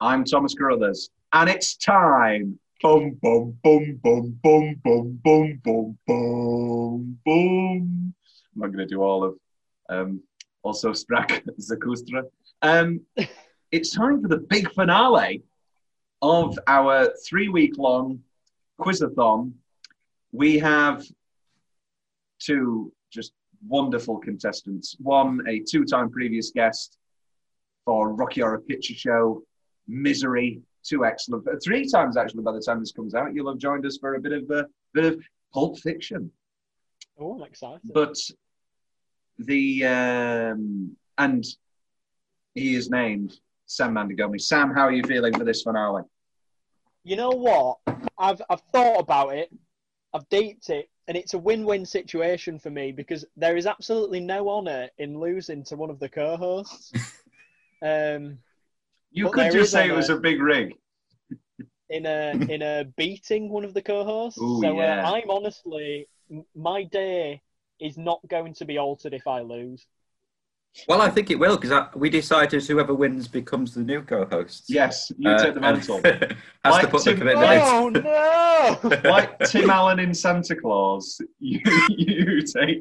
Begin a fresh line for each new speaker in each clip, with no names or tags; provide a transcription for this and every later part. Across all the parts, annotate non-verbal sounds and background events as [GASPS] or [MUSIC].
I'm Thomas Carruthers, and it's time. Boom, boom, boom, boom, boom, boom, boom, boom, boom, boom. I'm not going to do all of um, also Strack [LAUGHS] Zakustra. Um, it's time for the big finale of our three week long quizathon. We have two just wonderful contestants. One, a two time previous guest for Rocky Horror Picture Show, Misery. Two excellent, uh, three times actually. By the time this comes out, you'll have joined us for a bit of a bit of Pulp Fiction.
Oh, I'm excited.
But the um, and he is named Sam Mandigomi. Sam, how are you feeling for this finale?
you know what? I've I've thought about it. I've deeped it, and it's a win-win situation for me because there is absolutely no honour in losing to one of
[LAUGHS]
the co-hosts. um,
You
Well,
could
there
just
is
say it
a-
was a big rig.
in a in a beating one of the co-hosts.
Ooh,
so
yeah.
uh, I'm honestly, m- my day is not going to be altered if I lose.
Well, I think it will because we decided whoever wins becomes the new co-host.
Yes, you
Uh,
take the mantle.
and [LAUGHS] has
Like
to put
Tim-
the commitment.
Oh no!
in. [LAUGHS]
like Tim Allen in Santa Claus, [LAUGHS] you, you take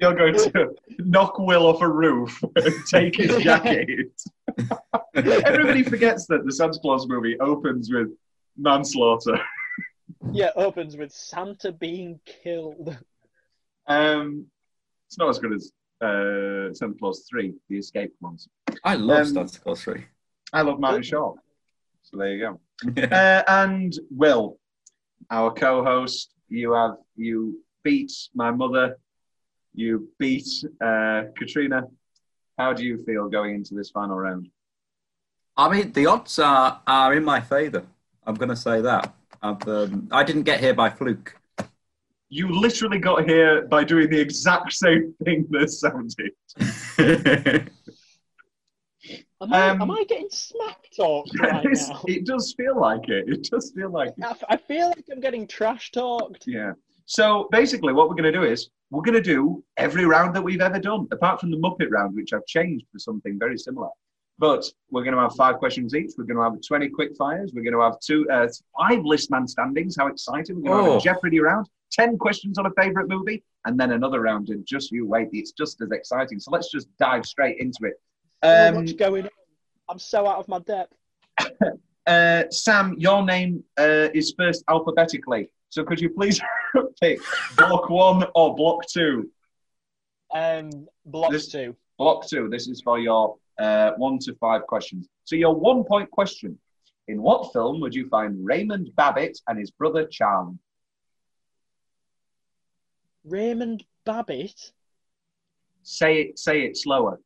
you're going to knock Will off a roof and take
[LAUGHS]
his jacket. [LAUGHS] Everybody forgets that the Santa Claus movie opens with manslaughter.
[LAUGHS] yeah, opens with Santa being killed.
Um, it's not as good as uh, Santa Claus Three, the escaped ones.
I love
Um,
Santa Claus Three.
I love Martin Shaw, so there you go. Uh, and Will, our co-host, you have you beat my mother, you beat uh, Katrina. How do you feel going into this final round?
[LAUGHS] I mean, the odds are are in my favour. I'm going to say that. I've, um, I didn't get here by
[LAUGHS]
fluke.
You literally got here by doing the exact same thing that Sam did.
Am I,
Um,
am I getting smack
[LAUGHS]
talk right
It's-
now?
it does feel like it. It does feel like it.
I f- I feel like I'm getting trash talked.
Yeah. So basically, what we're going to do is we're going to do every round that we've ever done, apart from the Muppet round, which I've changed for something very similar. But we're going to have five questions each. We're going to have 20 quick fires. We're going to have two, uh, five list man standings. How exciting. We're going to have
Oh.
a Jeopardy round, 10 questions on a favourite movie, and then another round. And just you wait, it's just as exciting. So let's just dive straight into it.
So
Um,
much going on. I'm so out of my depth.
uh, Sam, your name uh, is first alphabetically. So could you please [LAUGHS] pick block one or block two?
Um, block
This-
two.
Block two, this is for your uh, one to five questions. So, your one point question In what film would you find Raymond Babbitt and his brother Charlie?
Raymond Babbitt.
Say it, say it slower.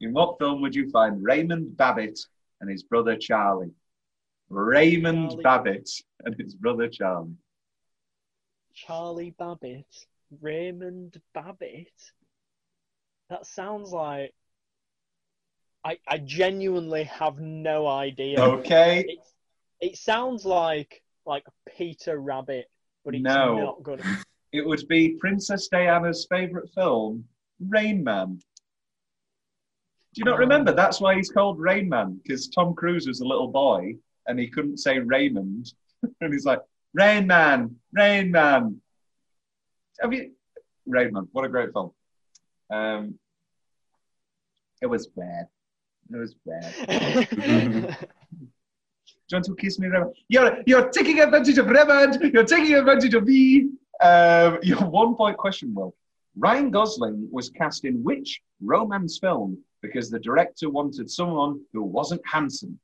In what film would you find Raymond Babbitt and his brother Charlie? Raymond
Charlie.
Babbitt and his brother Charlie.
Charlie Babbitt. Raymond Babbitt. That sounds like. I, I genuinely have no idea.
Okay.
It's, it sounds like like Peter Rabbit, but it's
No.
not good.
[LAUGHS] It would be Princess Diana's favourite film, Rain Man. Do you not
Oh.
remember? That's why he's called Rain Man, because Tom Cruise was a little boy and he couldn't say Raymond. [LAUGHS] and he's like, Rain Man, Rain Man. Have you. Rain Man, what a great film. Um, it was bad. It was bad. Do you want to kiss me, Raymond? You're, you're taking advantage of Raymond. You're taking advantage of me. Um, [LAUGHS] your one point question, Will. Ryan Gosling was cast in which romance film because the director wanted someone who wasn't handsome?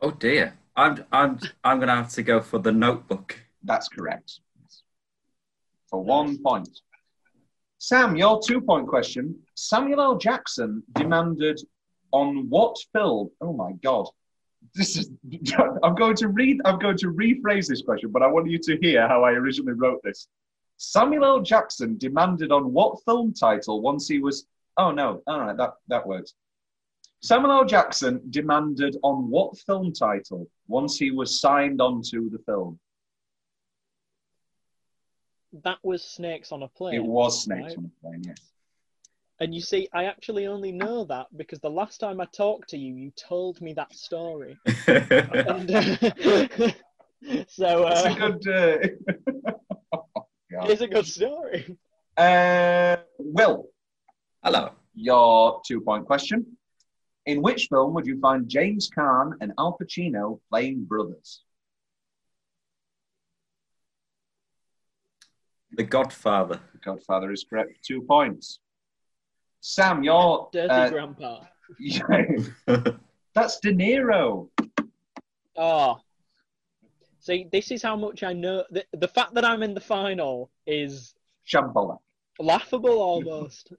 oh dear. I'm I'm I'm going to have to go for the Notebook. [LAUGHS]
That's correct. For one point. Sam, your two point question. Samuel L. Jackson demanded on what film? Oh my God. This is. [LAUGHS] I'm going to read. I'm going to rephrase this question, but I want you to hear how I originally wrote this. Samuel L. Jackson demanded on what film title once he was. Oh no! All right, that that works. Samuel L. Jackson demanded on what film title once he was signed onto the film.
[LAUGHS] that was Snakes on a Plane.
It was Snakes
right?
on a Plane, yes.
And you see, I actually only know that because the last time I talked to you, you told me
[LAUGHS]
that story. And, uh, [LAUGHS] so
It's
uh,
a good. Uh,
it's a good story.
uh, [LAUGHS] Will,
Hello.
your two-point question: In which film would you find James Caan and Al Pacino playing brothers?
The
[LAUGHS]
Godfather.
The Godfather is correct. Two points. Sam, your
Dirty
uh, [LAUGHS]
Grandpa.
that's De Niro.
Oh. See, this is how much I know. The, the fact that I'm in the final is
Shambhala. [LAUGHS]
laughable almost.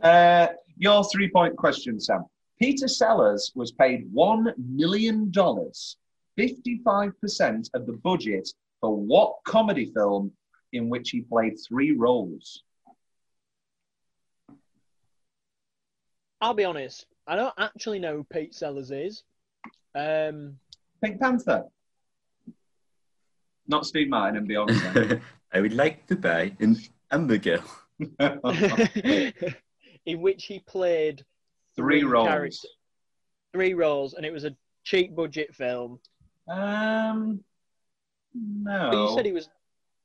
Uh, your three point question, Sam. Peter Sellers was paid $1 million, 55% of the budget, for what comedy film in which he played three roles?
I'll be honest. I don't actually know who Pete Sellers is. Um, [LAUGHS]
Pink Panther. Not Steve Martin and Beyonce.
[LAUGHS]
I would like to buy an hamburger.
in which he played
three roles.
character- three roles, and it was a cheap budget film.
Um, no.
But you said he was.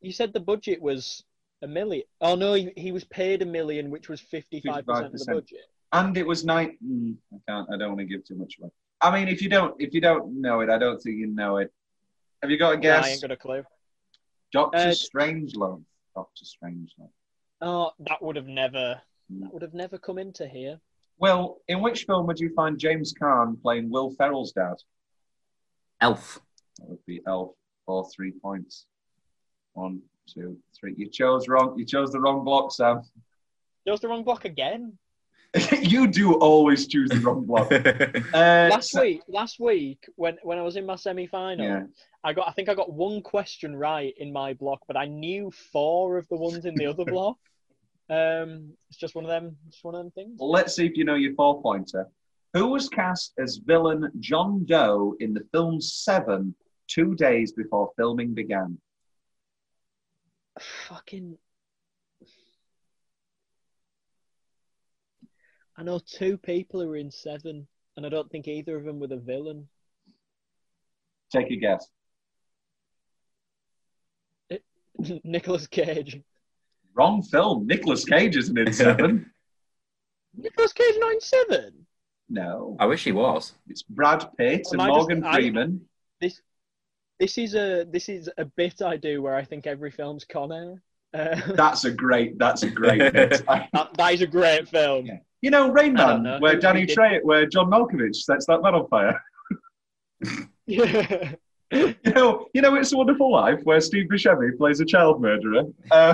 You said the budget was a million. Oh no, he, he was paid a million, which was fifty-five percent of the
55%.
budget.
and it was nine. mm, I can't. I don't want to give too much away. I mean, if you don't, if you don't know it, I don't think you know it. Have you got a
Yeah,
guess?
I ain't got a clue.
Doctor
uh,
Strangelove. Doctor Strangelove.
Oh, that would have never.
Hmm.
That would have never come into here.
Well, in which film would you find James Caan playing Will Ferrell's dad?
Elf.
That would be Elf. All three points. One, two, three. You chose wrong. You chose the wrong block, Sam. [LAUGHS]
There was the wrong block again.
you do always choose the wrong [LAUGHS] block.
[LAUGHS] That's
Uh,
Last
Sa-
week, last week when when I was in my semi-final,
Yeah.
I got I think I got one question right in my block, but I knew four of the ones in the other block. Um, it's just one of them. Just one of them things.
Let's see if you know your four pointer. Who was cast as villain John Doe in the film Seven two days before filming began?
Fucking. I know two people who were in seven, and I don't think either of them were the villain. [LAUGHS]
Take a guess.
Nicholas Cage.
Wrong film. Nicolas Cage isn't [LAUGHS] in Seven.
Nicholas Cage not in seven.
no.
I wish he was.
It's Brad Pitt and
Am I just-
Morgan
I- [LAUGHS]
Freeman.
This is a this is a bit I do where I think every film's con air. Uh, [LAUGHS]
That's a great. That's a great. bit. I-
that, that is a great film.
Yeah. you know, Rain
I don't
Man,
know.
where
Who-
Danny
who did-
Trejo, where John Malkovich sets that man on fire. [LAUGHS]
Yeah. [LAUGHS]
You know, you know, It's a Wonderful Life, where Steve Buscemi plays a child murderer. Uh,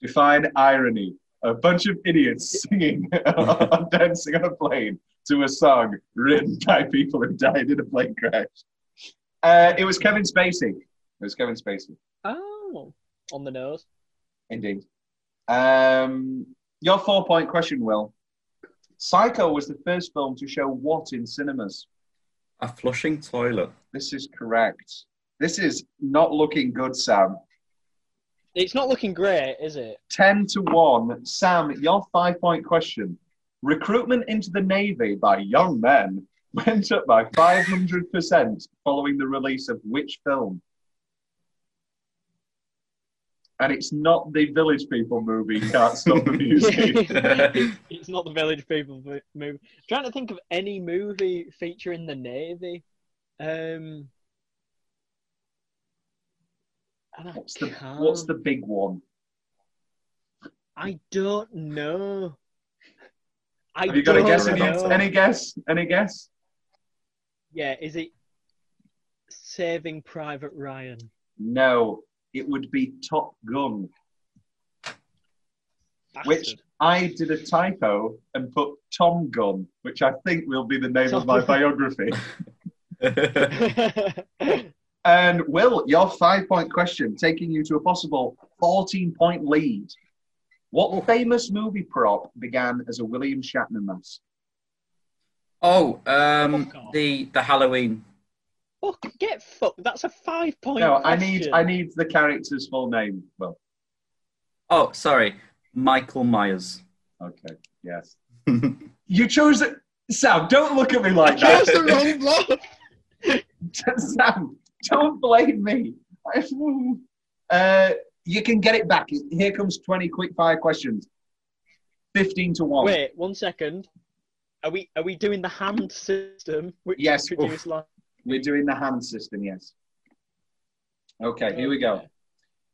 define irony. A bunch of idiots singing [LAUGHS] or dancing on a plane to a song written by people who died in a plane crash. Uh, it was Kevin Spacey. It was Kevin Spacey.
oh, on the nose.
Indeed. Um, your four point question, Will. Psycho was the first film to show what in cinemas?
A flushing toilet. [LAUGHS]
This is correct. This is not looking good, Sam.
It's not looking great, is it?
10 to 1. Sam, your five point question. Recruitment into the Navy by young men [LAUGHS] went up by 500% following the release of which film? And it's not the Village People movie, Can't Stop the [LAUGHS] Music.
[LAUGHS] it's not the Village People mo- movie. I'm trying to think of any movie featuring the Navy. Um, and I
what's, the,
can't-
what's the big one?
I don't know. I
Have you got a
don't
guess?
in
Any,
know.
any guess? Any guess?
Yeah, is it Saving Private Ryan?
No, it would be Top Gun. Which
Bastard.
I did a typo and put Tom Gun, which I think will be the name of
Tom
my
Gunn.
biography.
[LAUGHS]
Um, And Will, your five point question, taking you to a possible 14 point lead. What famous movie prop began as a William Shatner mask?
oh, um, the the Halloween.
Fuck, get fucked. That's a five point.
No, I need
question.
I need the character's full name. Well,
Oh, sorry.
[LAUGHS]
Michael Myers.
Okay. Yes.
I've
You chose it. Sam, don't look at me like
Chose
that.
the wrong blood.
Sam, um, don't blame me. [LAUGHS] Uh, you can get it back. Here comes 20 quick fire questions. 15 to 1.
Wait, one second. Are we are we doing the hand system? Which
Yes.
produced last-
We're doing the hand system, yes. Okay, here we
uh,
go.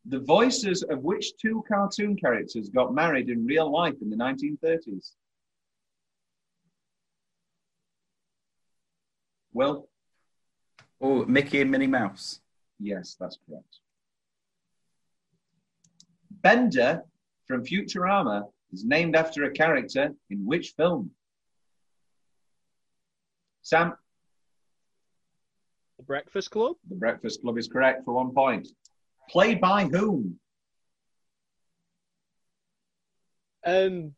The voices of which two cartoon characters got married in real life in the 1930s? Well,
Oh, Mickey and Minnie Mouse.
yes, that's correct. Bender from Futurama is named after a character in which film? Sam,
The Breakfast Club.
The Breakfast Club is correct for one point. Played by whom?
Um,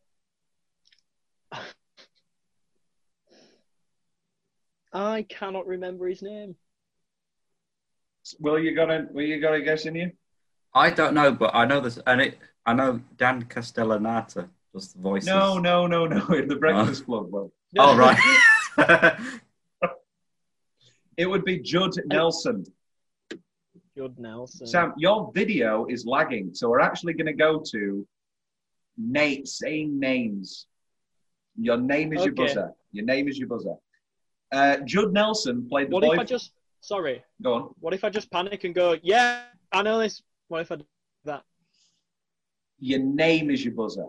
I cannot remember his name.
Will you got a Will you got a guess in you?
I don't know, but I know this, and it. I know Dan Castellanata does the voices.
No, no, no, no. [LAUGHS] In the Breakfast Club. Well,
Oh right.
[LAUGHS]
[LAUGHS]
it would be Judd Nelson.
[LAUGHS] Judd Nelson.
Sam, your video is lagging, so we're actually going to go to Nate saying names. Your name is your
Okay.
buzzer. Your name is your buzzer. Uh, Judd Nelson played the
what
boy.
if I just? Sorry.
Go on.
What if I just panic and go? Yeah, I know this. What if I? do That.
Your name is your buzzer.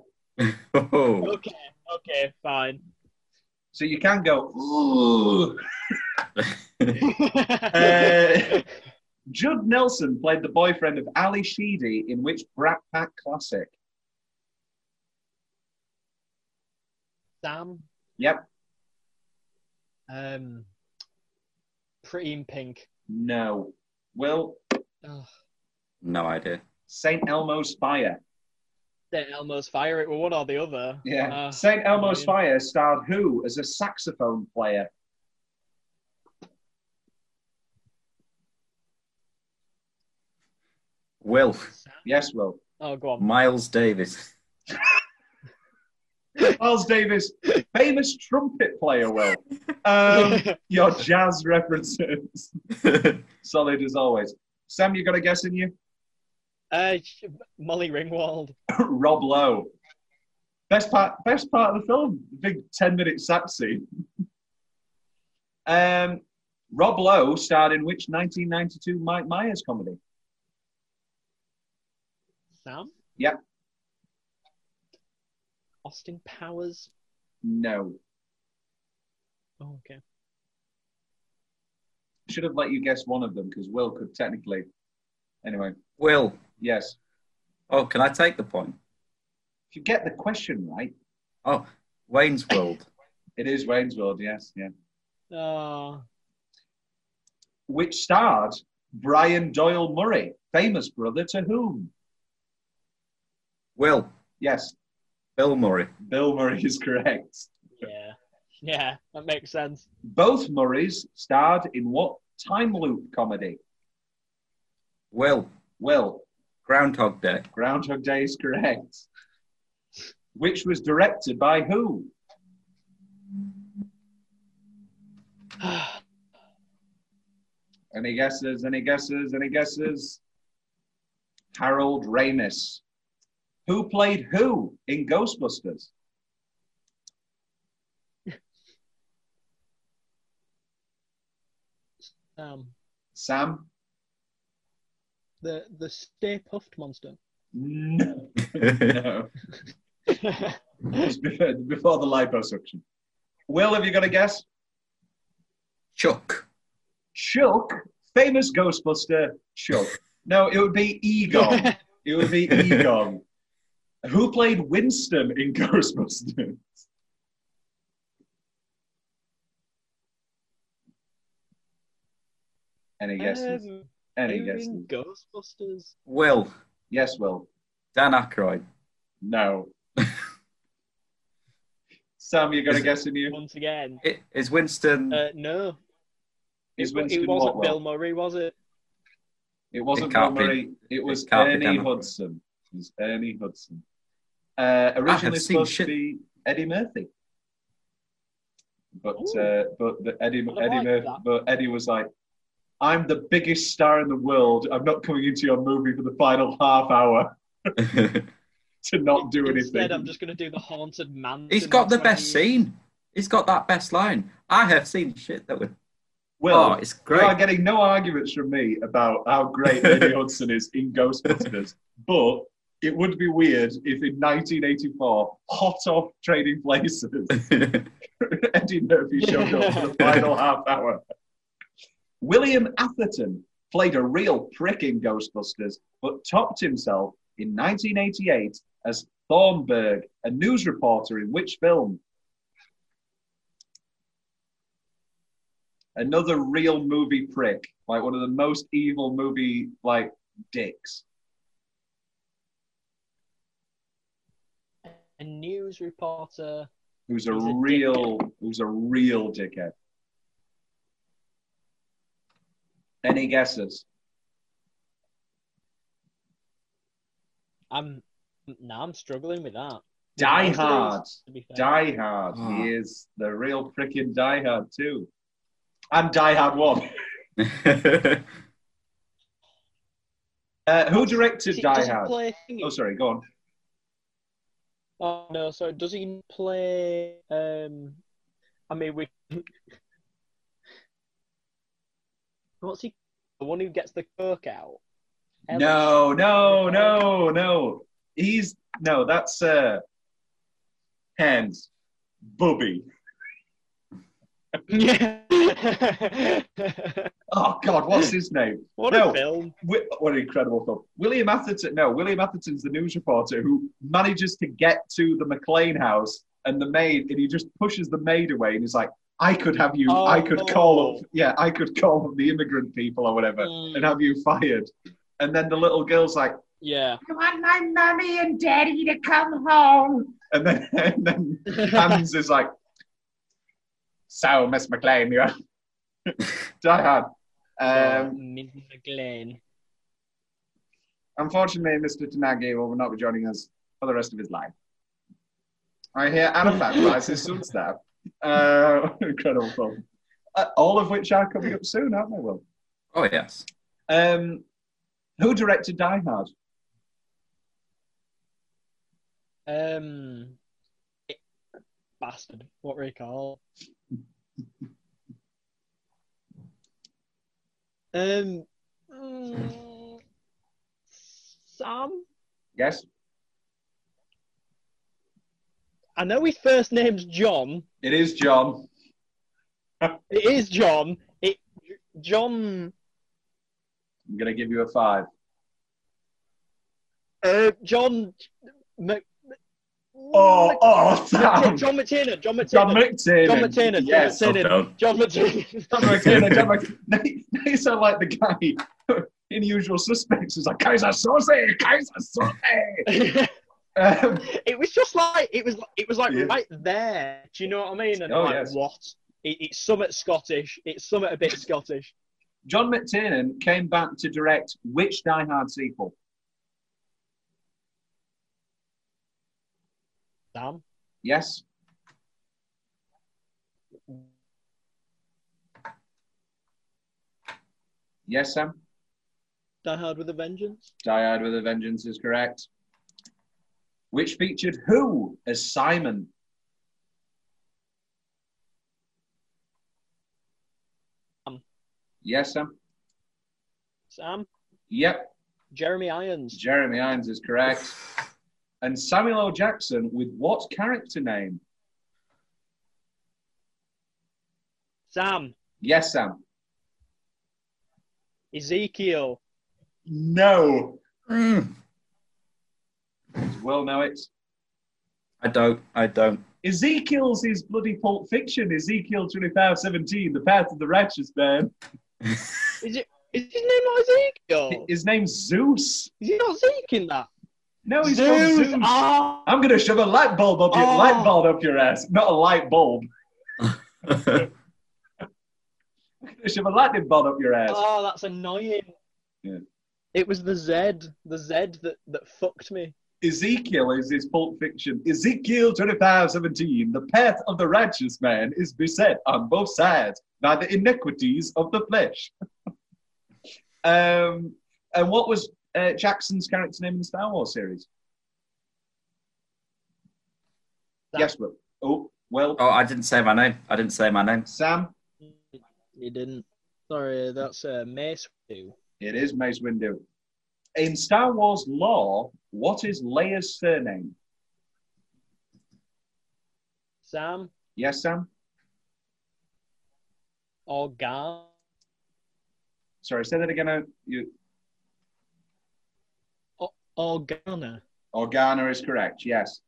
oh,
Okay. Okay.
[LAUGHS]
Fine.
So you can go. Ooh.
[LAUGHS] uh,
Judd Nelson played the boyfriend of Ali Sheedy in which Brat Pack classic?
Sam.
Yep.
Um. Pretty in pink.
No. Will
Oh,
no idea.
St. Elmo's Fire.
Elmo's fire. It were one or the other.
Yeah.
Uh,
St. Elmo's
brilliant.
Fire starred who as a saxophone player?
Will
Sam?
Yes, Will.
Oh, go on.
Miles Davis. [LAUGHS]
Miles Davis, famous trumpet player, Will.
[LAUGHS]
Um, your jazz references. [LAUGHS] Solid as always. Sam, you got a guess in you? [COUGHS]
Uh, sh- Molly Ringwald.
Rob Lowe. Best part, best part of the film, the big 10 minute sax scene. um, Rob Lowe starred in which 1992 Mike Myers comedy?
Sam.
Yep.
Austin Powers.
No.
Oh, okay.
Should have let you guess one of them because Will could technically. Anyway,
Will.
yes.
Oh, can I take the point?
If you get the question right,
Oh, Wayne's World.
it is Wayne's World, yes, yeah.
Oh,
Which starred Brian Doyle Murray, famous brother to whom?
Will.
Yes,
Bill Murray.
Bill Murray is correct.
yeah. Yeah, that makes sense. [SIGHS]
Both Murrays starred in what time loop comedy?
Will.
Will,
Groundhog Day. [LAUGHS]
Groundhog Day is correct. Which was directed by who? Any guesses? Any guesses? Any guesses? Harold Ramis. Who played who in Ghostbusters?
um,
Sam? [LAUGHS]
the the Stay Puffed monster.
No. no. It's before, before the liposuction. Will, have you got a guess?
Chuck.
Chuck, famous Ghostbuster, Chuck. No, it would be Egon.
[LAUGHS]
It would be Egon. Who played Winston in [LAUGHS] Ghostbusters? Any guesses?
Um,
Any
who
guesses?
in Ghostbusters.
Will.
Yes, Will.
Dan Aykroyd.
No.
[LAUGHS]
Sam, you got a
Is-
guess in you?
Once again,
I- Is Winston? [LAUGHS]
uh, no,
Is
it,
Winston
it wasn't
Waltwell?
Bill Murray, was it?
It wasn't
It
Bill
can't be-
Murray. It was
can't be
Ernie
Dan Aykroyd.
Hudson. It was Ernie Hudson. Uh, originally
seen
supposed
shit-
to be Eddie Murphy, but
Ooh.
uh, but the Eddie
I'd have
Eddie
liked
Murphy,
that.
but Eddie was like, "I'm the biggest star in the world. I'm not coming into your movie for the final half hour [LAUGHS] to not do anything."
Instead, I'm just going to do the haunted mansion.
He's got the
That's where
best
he-
scene. He's got that best line. I have seen shit that would. oh,
Well,
it's
you are
great.
getting no arguments from me about how great Eddie Hudson is in Ghostbusters, but it would be weird if in 1984, hot off trading places, [LAUGHS] Eddie Murphy showed up for the final half hour. William Atherton played a real prick in Ghostbusters, but topped himself in 1988 as Thornburg, a news reporter in which film? Another real movie prick, like one of the most evil movie like dicks.
A news reporter.
Who's a
He's a
real, who's a real dickhead. Any guesses?
I'm. No, I'm struggling with that.
Die
Most of these,
Hard.
To be fair.
Die Hard.
Ah.
He is the real freaking Die Hard too, and Die Hard One. Uh, who
Does
directed
he,
Die
does he
Hard?
play thingy?
Oh, sorry. Go on.
Oh no, sorry. Does he play? Um, I mean, we. [LAUGHS] What's he? The one who gets the coke out. Ellis.
No, no, no, no. He's no. That's uh, hands, booby.
Yeah. [LAUGHS]
Oh God, what's his name?
what
No.
a film!
Wi- What an incredible film. William Atherton. No, William Atherton's the news reporter who manages to get to the McLean house and the maid, and he just pushes the maid away, and he's like, "I could have you. I could call
Oh.
up. Yeah, I could call up the immigrant people or whatever,
Mm,
and have you fired." And then the little girl's like,
yeah.
[LAUGHS] "I want my mummy and daddy to come home." And then, [LAUGHS] and then Hans is like, "So, Miss McLean, you're [LAUGHS] die hard." Um,
Mid McLean.
Unfortunately, Mr. Tanagi will not be joining us for the rest of his life. I hear Anaphat rises soon, stab. Uh, [LAUGHS] incredible film. Uh, all of which are coming up soon, aren't they, Will?
[LAUGHS] oh yes.
Um, who directed Die Hard?
Um, bastard. What were he called? um, mm, Sam.
Yes,
I know his first name's John.
it is John.
It is John. It John.
I'm going to give you a five.
Uh, John. Mc,
Oh, oh,
Mc-
Sam!
John McTiernan. John McTiernan.
John McTiernan.
John McTiernan. John
Yes.
McTiernan.
done.
John McTiernan.
John McTiernan. John McTiernan. Now you- now you sound like the guy [LAUGHS] in Usual Suspects who's like, Kaiser Soze! Kaiser Soze!
[LAUGHS]
Um,
it was just like it was it was like
Yeah.
right there. Do you know what I mean? And
Oh,
like
yes.
what? It, it's somewhat Scottish. It's somewhat a bit Scottish. [LAUGHS]
John McTiernan came back to direct which Die Hard sequel?
Damn.
Yes, yes, Sam.
Die Hard with a Vengeance.
Die Hard with a Vengeance is correct. Which featured who as Simon?
Um.
Yes, Sam.
Sam.
Yep,
Jeremy Irons.
Jeremy Irons is correct. And Samuel L. Jackson with what character name?
Sam.
Yes, Sam.
Ezekiel.
No.
Mm.
Well, know it.
I don't. I don't.
Ezekiel's is bloody Pulp Fiction. Ezekiel 2517, The Path of the Righteous Man.
Is it? Is his name not Ezekiel?
His name's Zeus.
Is he not Zeke in that?
No, he's called
Zeus.
Zeus.
Ah.
I'm gonna shove a light bulb up your
Oh.
light bulb up your ass, not a light bulb. I'm gonna shove a lightning bolt up your ass.
Oh, that's annoying.
Yeah.
It was the Z, the Z that, that fucked me.
Ezekiel is his Pulp Fiction. Ezekiel 25:17. The path of the righteous man is beset on both sides by the iniquities of the flesh. [LAUGHS] um, and what was uh, Jackson's character name in the Star Wars series?
Sam.
Yes, well, oh, well,
Oh, I didn't say my name. I didn't say my name.
Sam,
You didn't. Sorry, that's uh, Mace Windu.
it is Mace Windu. In Star Wars lore, what is Leia's surname?
Sam
Yes, Sam.
or Gar?
Sorry, say that again. uh, You,
Organa.
Organa is correct. Yes.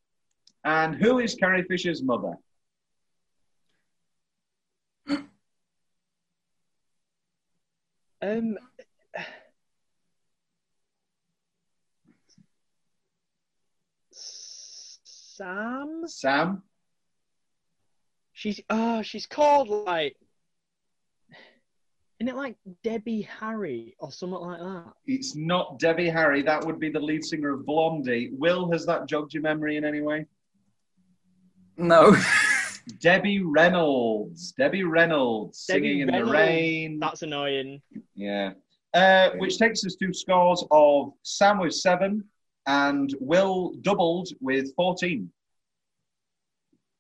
And who is Carrie Fisher's mother?
Um, Sam.
Sam.
She's oh, she's called like, isn't it like Debbie Harry or something like that?
It's not Debbie Harry. That would be the lead singer of Blondie. Will, has that jogged your memory in any way?
No.
Debbie Reynolds. Debbie Reynolds
Debbie
singing in
Reynolds.
the rain.
That's annoying.
Yeah. Uh, which takes us to scores of Sam with seven and Will doubled with 14.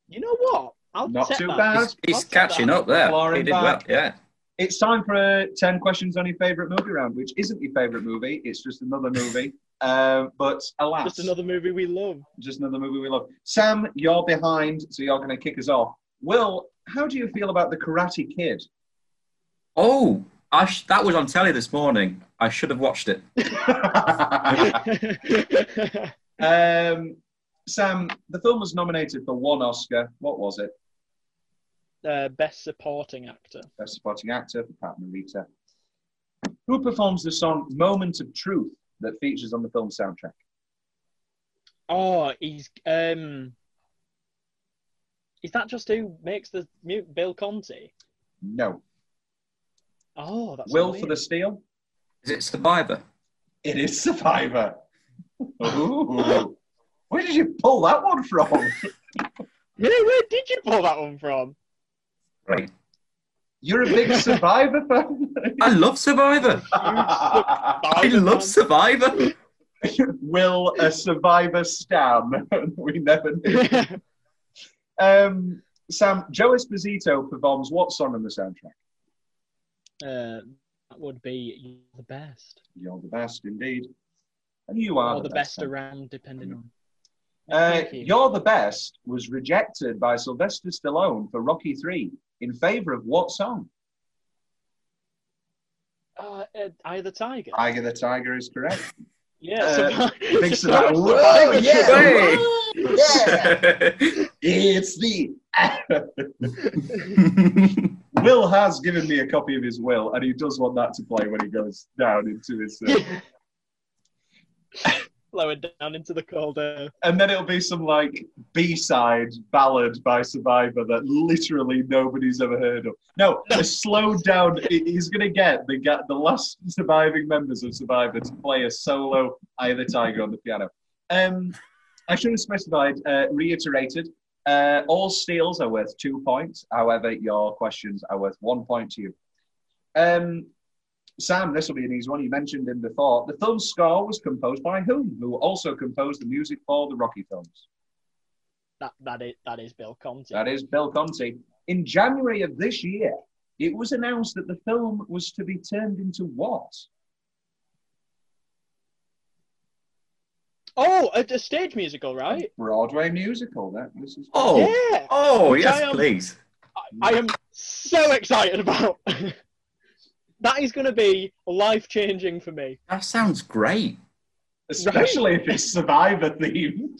You know what? I'll
Not
take
too
that.
bad.
[LAUGHS] he's he's
What's
catching
that?
up there.
Lauren
he did
back.
well. Yeah.
It's time for a 10 questions on your favourite movie round, which isn't your favourite movie. It's just another movie. Uh, but alas,
Just another movie
[LAUGHS]
we love. [LAUGHS]
just another movie we love. Sam, you're behind, so you're going to kick us off. Will, how do you feel about The Karate Kid?
Oh, I sh- that was on telly this morning. I should have watched it.
um, Sam, the film was nominated for one Oscar. What was it?
uh, best supporting actor.
Best Supporting Actor for Pat Morita. Who performs the song Moment of Truth that features on the film soundtrack?
Oh, he's um. Is that just who makes the mute Bill Conti?
No.
Oh, that's
Will
annoying.
for the Steel?
Is it Survivor?
It is Survivor. Ooh. Where did you pull that one from?
Yeah, [LAUGHS] where did you pull that
[LAUGHS]
one from?
Right.
You're a big Survivor fan.
I love Survivor. I love Survivor.
Will a Survivor Stan? [LAUGHS] we never knew. [LAUGHS] Um, Sam, Joe Esposito performs what song on the soundtrack?
Uh, that would be you're the best
You're the best, indeed. And you are
or the best,
Sam.
around, depending on.
Uh,
Thank you.
You're the Best was rejected by Sylvester Stallone for Rocky 3 in favor of what song?
Uh, uh, Eye of the Tiger.
Tiger the Tiger is correct.
yeah,
uh,
[LAUGHS] so-
Big
so-
Survivor.
so-
Whoa, yeah.
Hey.
Yeah.
[LAUGHS]
It's the. Will has given me a copy of his will, and he does want that to play when he goes down into his.
[LAUGHS]
Uh, [LAUGHS]
Lower down into the cold earth.
and then it'll be some like B side ballad by Survivor that literally nobody's ever heard of. No, a slowed down. he- He's gonna get the ga- the last surviving members of Survivor to play a solo "Eye of the Tiger" on the piano. Um, I should have specified, uh, reiterated. Uh, all steals are worth two points. However, your questions are worth one point to you. Um, Sam, this will be an easy one. You mentioned him before. The film's score was composed by whom? Who also composed the music for the Rocky films?
That that is that is Bill Conti.
That is Bill Conti. In January of this year, it was announced that the film was to be turned into what?
Oh, a, a stage musical, right?
Broadway musical. That this is.
oh,
Yeah,
oh yes,
Giant-
please.
I, I am so excited about. [LAUGHS] that is going to be life changing for
[LAUGHS]
me.
That
[LAUGHS]
sounds great.
Especially if it's Survivor themed.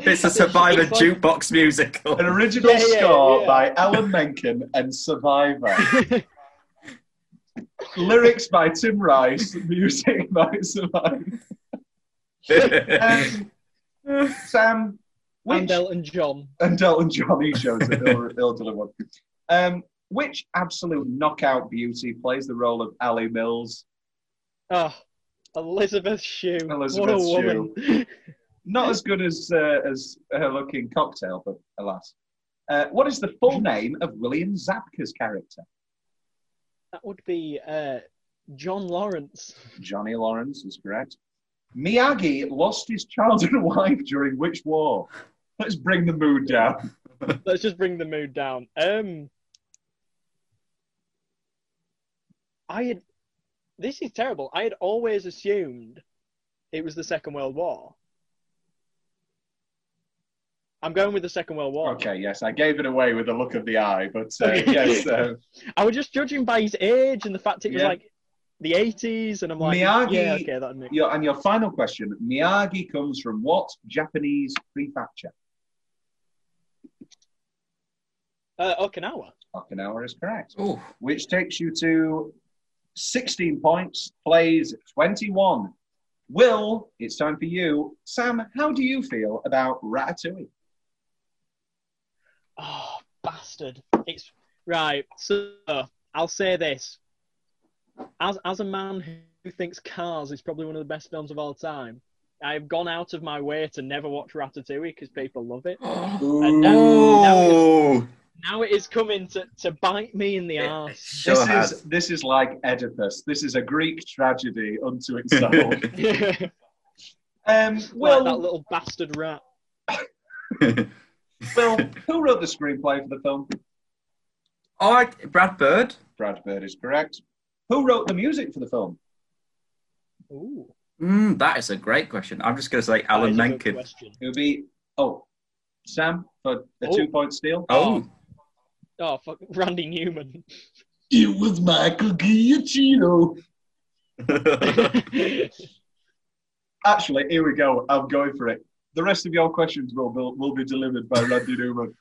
it's
[LAUGHS]
a Survivor
It's like-
jukebox musical. [LAUGHS]
An original
Yeah, yeah,
score
yeah.
by Alan Menken and Survivor. Lyrics by Tim Rice. Music by Survivor.
[LAUGHS]
Um, Sam,
And
which
Elton John.
and Elton John he shows it. He'll, [LAUGHS] he'll deliver one. Um, which absolute knockout beauty plays the role of Ali Mills?
Oh, Elizabeth Shue. what a
Elizabeth
woman. [LAUGHS]
Not as good as uh, as her looking cocktail, but alas. Uh, what is the full name of William Zabka's character?
That would be uh, John Lawrence.
Johnny Lawrence is correct. Miyagi lost his child and [LAUGHS] wife during which war? Let's bring the mood down.
Let's just bring the mood down. Um, I had. This is terrible. I had always assumed it was the Second World War. I'm going with the Second World War.
Okay, yes, I gave it away with a look of the eye, but uh,
Okay.
yes, uh,
I was just judging by his age and the fact it was
Yeah.
like the 80s, and I'm like,
Miyagi-
yeah, okay, that'd make
your, and your final question: Miyagi comes from what Japanese prefecture?
uh, Okinawa.
Okinawa is correct.
Oh,
which takes you to 16 points, plays 21. Will, it's time for you. Sam, how do you feel about Ratatouille?
Oh, bastard. It's right. So I'll say this. As as a man who thinks Cars is probably one of the best films of all time, I've gone out of my way to never watch Ratatouille because people love it. And now-
oh,
Now it is coming to, to bite me in the
It-
arse.
This
sure
is
has.
this is like Oedipus. This is a Greek tragedy unto
[LAUGHS]
itself.
[LAUGHS]
um,
well, that
Will,
little bastard rat.
Will, who wrote the screenplay for the film?
[LAUGHS] All right, Brad Bird.
Brad Bird is correct. Who wrote the music for the film?
Ooh,
Mm, that is a great question. I'm just going to say
that
Alan
is a good
Menken.
question.
It would be oh, Sam for the
Oh.
two-point steal.
Oh,
Oh, fuck, Randy
[LAUGHS]
Newman. [LAUGHS]
It was Michael Giacchino.
Oh.
Actually, here we go. I'm going for it. The rest of your questions will will, will be delivered by Randy Newman.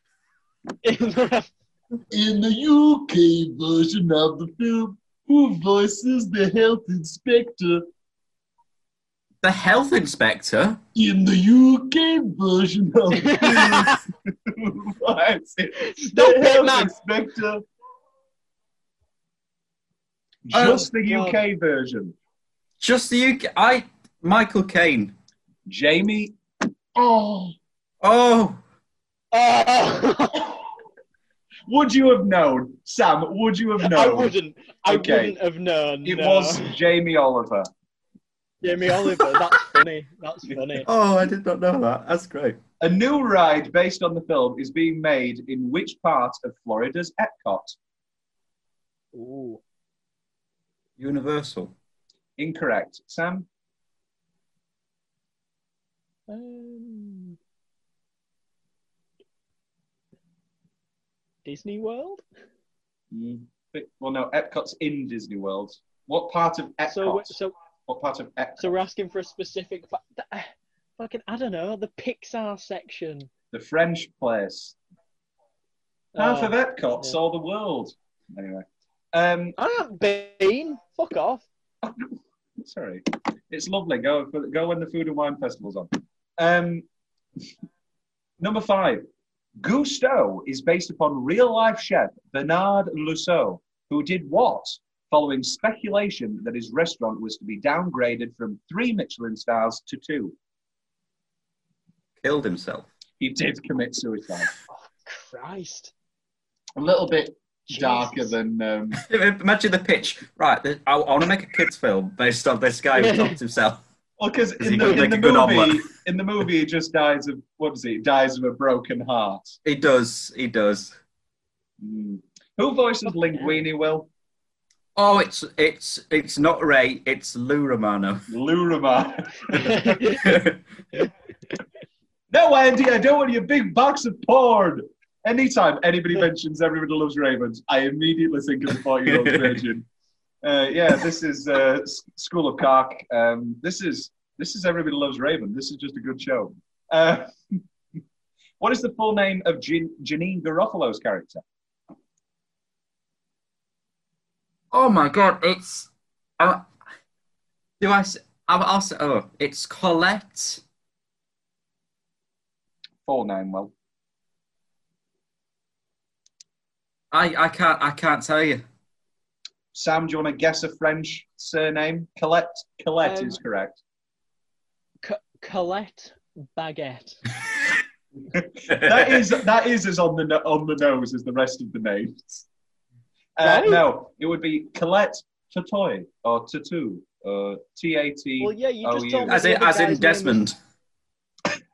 In the UK version of the film, who voices the health inspector?
[LAUGHS] the health inspector.
In the UK version of
Stop
[LAUGHS] who voices the
it,
health
man.
inspector?
Oh,
Just the
God.
UK version.
Just the UK. I Michael Caine.
Jamie. Oh.
Oh,
Oh. [LAUGHS]
Would you have known, Sam? Would you have known?
I wouldn't. I
Okay.
wouldn't have known.
It
no.
was Jamie Oliver.
Jamie Oliver.
[LAUGHS]
That's funny. That's funny.
oh, I did not know that. That's great.
A new ride based on the film is being made in which part of Florida's Epcot?
Ooh.
Universal.
Incorrect. Sam?
Um, Disney World. Hmm.
Well, no, Epcot's in Disney World. What part of Epcot?
So, we- so,
what part of Epcot?
so we're asking for a specific. fa- th- eh, Fucking, I don't know. The Pixar section.
the French place. Half
Oh,
of Epcot
yeah.
saw the world. Anyway. Um,
I haven't been. Fuck off.
sorry. It's lovely. Go, go when the Food and Wine Festival's on. Um, number five. Gusto is based upon real life chef Bernard Lousseau, who did what following speculation that his restaurant was to be downgraded from three Michelin stars to two?
Killed himself.
He did commit suicide.
Oh, Christ.
A little bit darker
Jesus.
than. Um,
Imagine the pitch. Right, th- I, want to make a kids' film based on this guy who killed himself.
well, because
Does he
in, the,
look
in,
like
the
a good
movie,
omelette?
in the movie, he just dies of, what was it? He dies of a broken heart.
He does. He does.
Mm. Who voices
Fucking hell.
Linguini, Will?
Oh, it's it's it's not Ray. It's Lou Romano. [LAUGHS]
Lou Romano.
oh,
[LAUGHS] No, Andy, I don't want your big box of porn. Anytime anybody mentions Everybody Loves Raymond, I immediately think of the 40 year old
[LAUGHS]
virgin. Uh, yeah, this is uh, S- School of Cock. Um, this is this is Everybody Loves Raymond. This is just a good show. Uh, [LAUGHS] what is the full name of Jan- Janine Garofalo's character?
Oh my God! It's. Uh, do I? s- I'll, I'll say. Oh, it's Colette.
Full name, well,
I I can't I can't tell you.
Sam, do you want to guess a French surname? Colette. Colette
Um,
is correct.
C- [LAUGHS] Colette Baguette.
That is that is as on the no- on the nose as the rest of the names. Uh,
Right?
No, it would be Colette Tatoy or Tattoo. Uh, T A T.
Well, yeah, you
Oh,
just
you.
told me
[LAUGHS] as
the
in,
other guy's
as in
name was-
Desmond.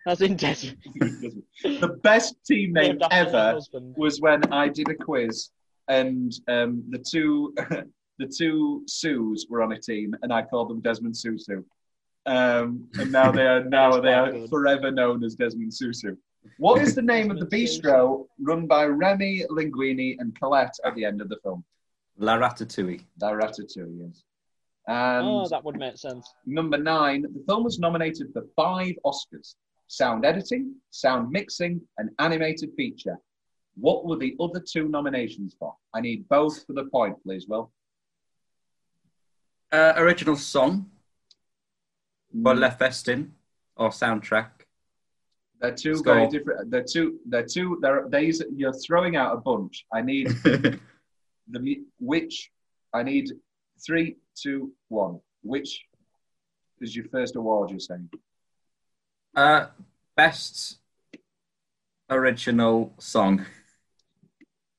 As in Desmond.
[LAUGHS] The best team name
Named after my
ever
husband.
was when I did a quiz and um, the two [LAUGHS] the two Sues were on a team and I called them Desmond Susu. Um, and now they
[LAUGHS]
are now
That's
they are
quite good.
forever known as Desmond Susu. What is the name of the
Desmond Susu.
bistro run by Remy Linguini and Colette at the end of the film?
La Ratatouille.
La Ratatouille, yes. And
Oh, that would make sense.
number nine, the film was nominated for five Oscars: sound editing, sound mixing, and animated feature. What were the other two nominations for? I need both for the point, please, Will.
Uh, original song by
Mm.
Left Vestin or soundtrack. [LAUGHS]
Mm, They're two
Score.
very different. They're two. They're two. They're these. You're throwing out a bunch. I
[LAUGHS]
need the mu- which. I need three, two, one. Which is your first award? You're saying.
uh, best original song.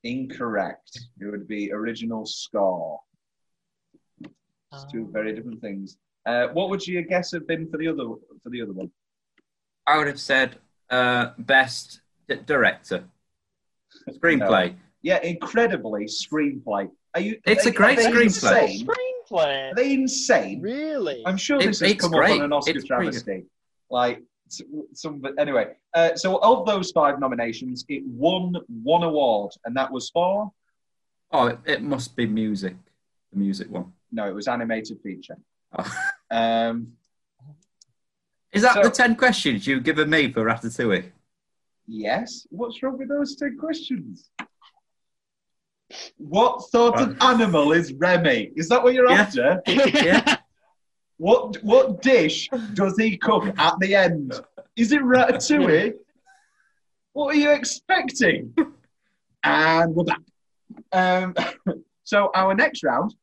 Incorrect. It would be original score. It's two
Ah.
very different things. Uh, what would your guess have been for the other for the other one?
I would have said uh, best d- director. Screenplay.
Yeah, incredibly screenplay. Are you?
It's a
are-
great
are they
screenplay.
insane?
Screenplay.
Are they insane?
Really?
I'm
[LAUGHS]
sure
It-
this has
it's
come up
great.
on an Oscar
It's pretty good.
travesty. Like s- some, but anyway. Uh, so of those five nominations, it won one award, and that was for
Oh, it, it must be music. The music one.
no, it was animated feature.
Oh.
Um,
Is that
So-
the 10 questions you've given me for E? Ratatouille?
Yes. What's wrong with those two questions? What sort of animal is Remy? Is that what you're
Yeah.
after?
Yeah.
What what dish does he cook at the end? Is it ratatouille? what are you expecting? And we're back. Um, [LAUGHS] so our next round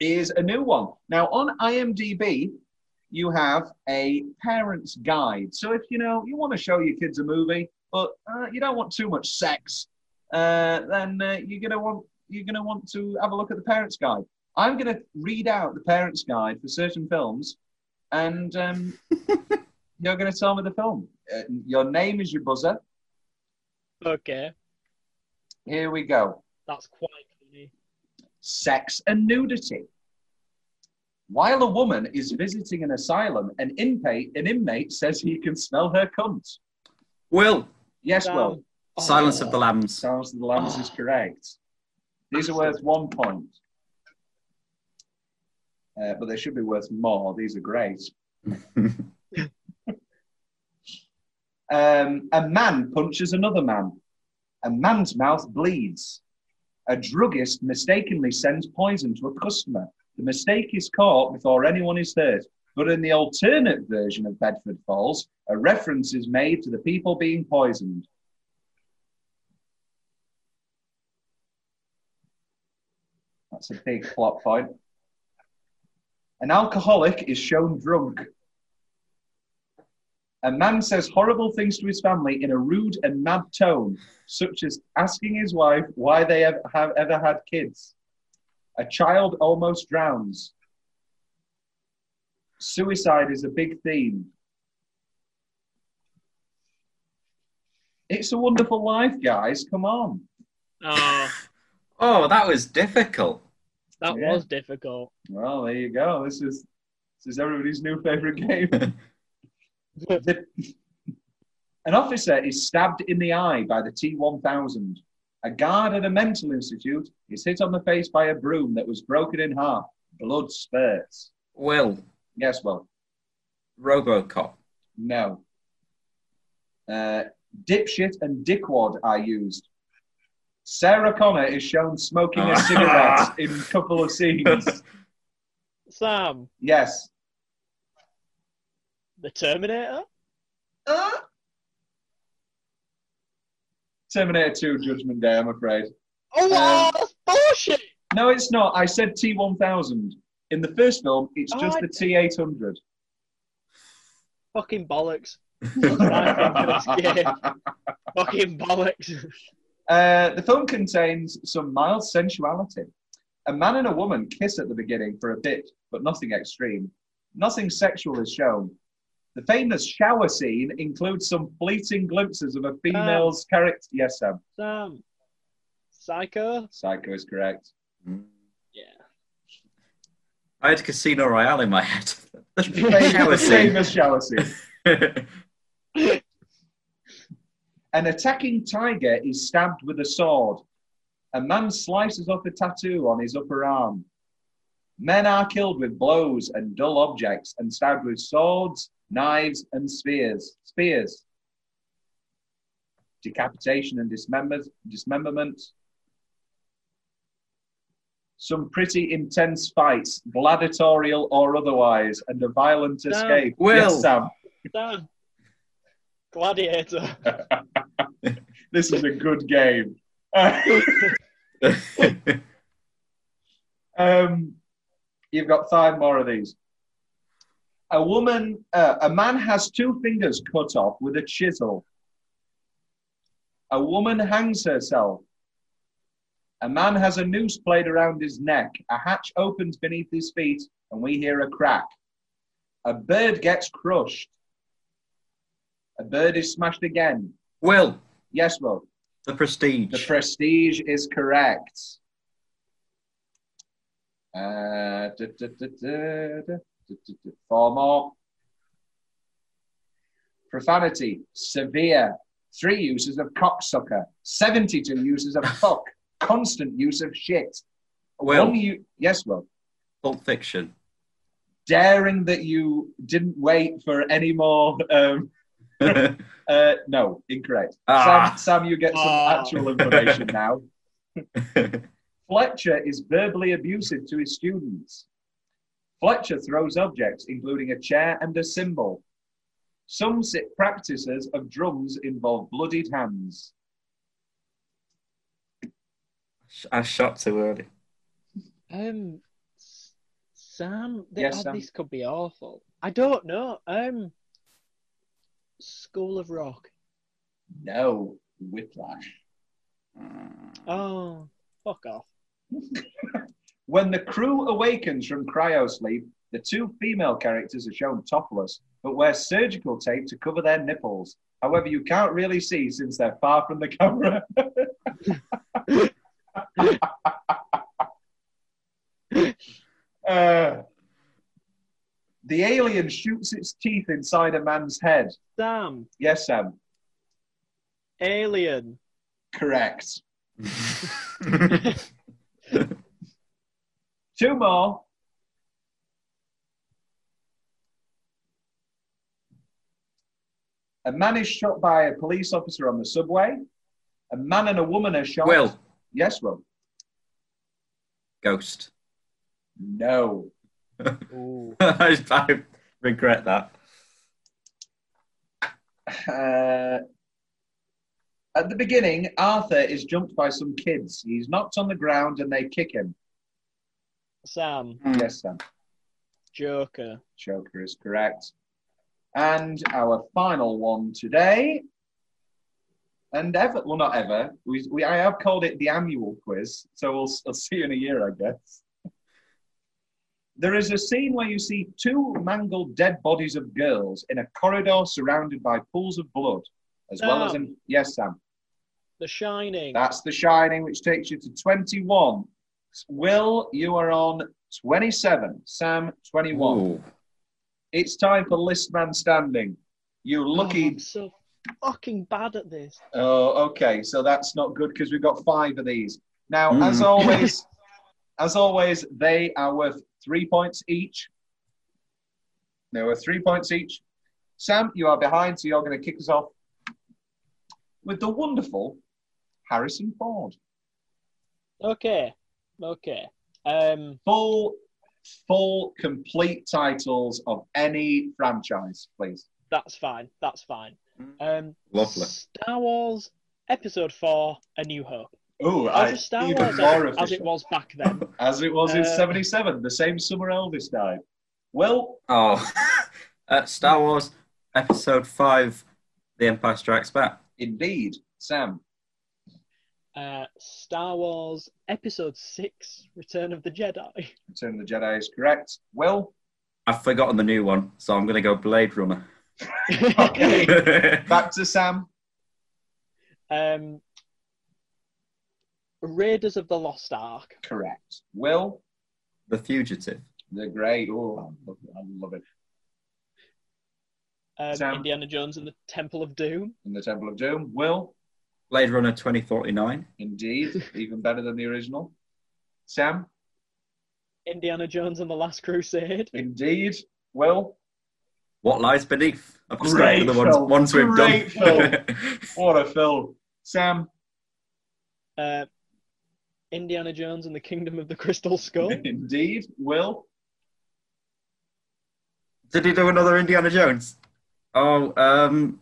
is a new one. Now on IMDb, you have a parents' guide. So if you know you want to show your kids a movie, but uh, you don't want too much sex, uh, then uh, you're gonna want you're gonna want to have a look at the parents' guide. I'm going to read out the parents' guide for certain films, and um, you're going to tell me the film. Uh, your name is your buzzer.
okay,
Here we go.
that's quite funny.
Sex and nudity. While a woman is visiting an asylum, an inmate an inmate says he can smell her cunt.
Will.
Yes,
Damn.
well,
Silence
Oh.
of the Lambs.
Silence of the Lambs is correct. These are worth one point, uh, but they should be worth more. These are great. Um, a man punches another man. A man's mouth bleeds. A druggist mistakenly sends poison to a customer. The mistake is caught before anyone is hurt. But in the alternate version of Bedford Falls, a reference is made to the people being poisoned. That's a big plot point. An alcoholic is shown drunk. A man says horrible things to his family in a rude and mad tone, such as asking his wife why they have, have ever had kids. A child almost drowns. Suicide is a big theme. It's a wonderful life, guys. Come on.
Oh,
Oh, that was difficult.
that
Yeah.
was difficult.
Well, there you go. This is this is everybody's new favorite game. The- An officer is stabbed in the eye by the T 1000. A guard at a mental institute is hit on the face by a broom that was broken in half. Blood spurts.
Will.
Yes, well,
Robocop.
no. Uh, dipshit and dickwad are used. Sarah Connor is shown smoking a cigarette in a couple of scenes.
Sam,
Yes.
the Terminator.
Terminator 2 Judgment Day, I'm afraid.
Oh,
Um,
that's bullshit.
No, it's not. I said T1000. In the first film, it's
Oh,
just
I-
the
[LAUGHS]
T800.
Fucking
[LAUGHS]
bollocks.
That's
my thing for this game. Fucking bollocks.
[LAUGHS] Uh, the film contains some mild sensuality. A man and a woman kiss at the beginning for a bit, but nothing extreme. Nothing sexual is shown. The famous shower scene includes some fleeting glimpses
Uh.
of a female's character. Yes, Sam.
Sam. Psycho?
Psycho is correct.
Yeah.
I had Casino Royale in my head. [LAUGHS] [LAUGHS] Shower
famous,
scene.
famous shower scene. An attacking tiger is stabbed with a sword. A man slices off a tattoo on his upper arm. Men are killed with blows and dull objects and stabbed with swords, knives, and spears. Spears. Decapitation and dismember- dismemberment. Some pretty intense fights, gladiatorial or otherwise, and a violent
Sam,
escape.
Will.
Yes, Sam.
Sam. Gladiator.
This is a good game. [LAUGHS] Um, you've got five more of these. A woman, uh, a man has two fingers cut off with a chisel. A woman hangs herself. A man has a noose played around his neck. A hatch opens beneath his feet, and we hear a crack. A bird gets crushed. A bird is smashed again.
[LAUGHS] Will,
Yes, Will.
the prestige.
The prestige is correct. Uh, da, da, da, da, da, da, da, da. Four more. Profanity, severe. Three uses of cocksucker. 72 uses of fuck. Constant use of shit.
Will,
One u- yes, Will.
Pulp
[LAUGHS]
Fiction.
Daring that you didn't wait for any more. Um,
Will,
uh, no, incorrect.
Ah.
Sam, Sam, you get some
Ah.
actual information now. Fletcher is verbally abusive to his students. Fletcher throws objects, including a chair and a cymbal. Some si- practices of drums involve bloodied hands.
I shot too early.
Um, S- Sam, th-
Yes,
oh,
Sam.
this could be awful. I don't know. Um, School of Rock.
No, whiplash.
Oh, fuck off.
When the crew awakens from cryo sleep, the two female characters are shown topless, but wear surgical tape to cover their nipples. However, you can't really see since they're far from the camera. [LAUGHS] Uh, the alien shoots its teeth inside a man's head.
Sam,
Yes, Sam.
Alien.
Correct. Two more. A man is shot by a police officer on the subway. A man and a woman are shot.
Will, [LAUGHS]
Yes, Will.
Ghost.
No.
Ooh.
[LAUGHS] I, I regret that.
Uh, at the beginning, Arthur is jumped by some kids. He's knocked on the ground and they kick him.
Sam,
Yes, Sam.
Joker.
Joker is correct. And our final one today, and ever, well, not ever. We, we I have called it the annual quiz, so we'll, I'll see you in a year, I guess. There is a scene where you see two mangled dead bodies of girls in a corridor surrounded by pools of blood, as well as in
Sam.
yes, Sam.
The Shining.
That's The Shining, which takes you to twenty-one. Will, you are on twenty-seven. Sam, twenty-one.
Ooh.
It's time for list man standing. You
Oh,
lucky.
I'm so fucking bad at this.
Oh, okay. So that's not good because we've got five of these. Now,
Mm.
as always, [LAUGHS] as always, they are worth three points each. They were three points each. Sam, you are behind, so you're going to kick us off with the wonderful Harrison Ford.
Okay. Okay. Um,
Full, full, complete titles of any franchise, please.
that's fine.
Mm.
That's fine. Um,
Lovely.
Star Wars Episode 4 A New Hope.
Oh,
As a Star
even
Wars
more
as, as it
official.
was back then.
As it was in
Uh,
'77, the same summer Elvis died. Well,
Oh, [LAUGHS] uh, Star Wars Episode Five: The Empire Strikes Back.
indeed, Sam.
Uh, Star Wars Episode Six: Return of the Jedi.
Return of the Jedi is correct. Well,
I've forgotten the new one, so I'm gonna go Blade Runner.
okay. Back to Sam.
[LAUGHS] um, Raiders of the Lost Ark.
Correct. Well,
the Fugitive.
the great. Oh, I love it. I love it.
Um,
Sam.
Indiana Jones and the Temple of Doom.
In the Temple of Doom. Will,
Blade Runner 2049.
indeed, even better than the original. Sam,
Indiana Jones and the Last Crusade.
indeed. Will,
What lies beneath? I've just
Great
gone through the ones,
film.
ones we've
Great
done.
what a film. Sam,
Uh, Indiana Jones and the Kingdom of the Crystal Skull.
[LAUGHS] indeed. Will,
[LAUGHS] Did he do another Indiana Jones? Oh, um,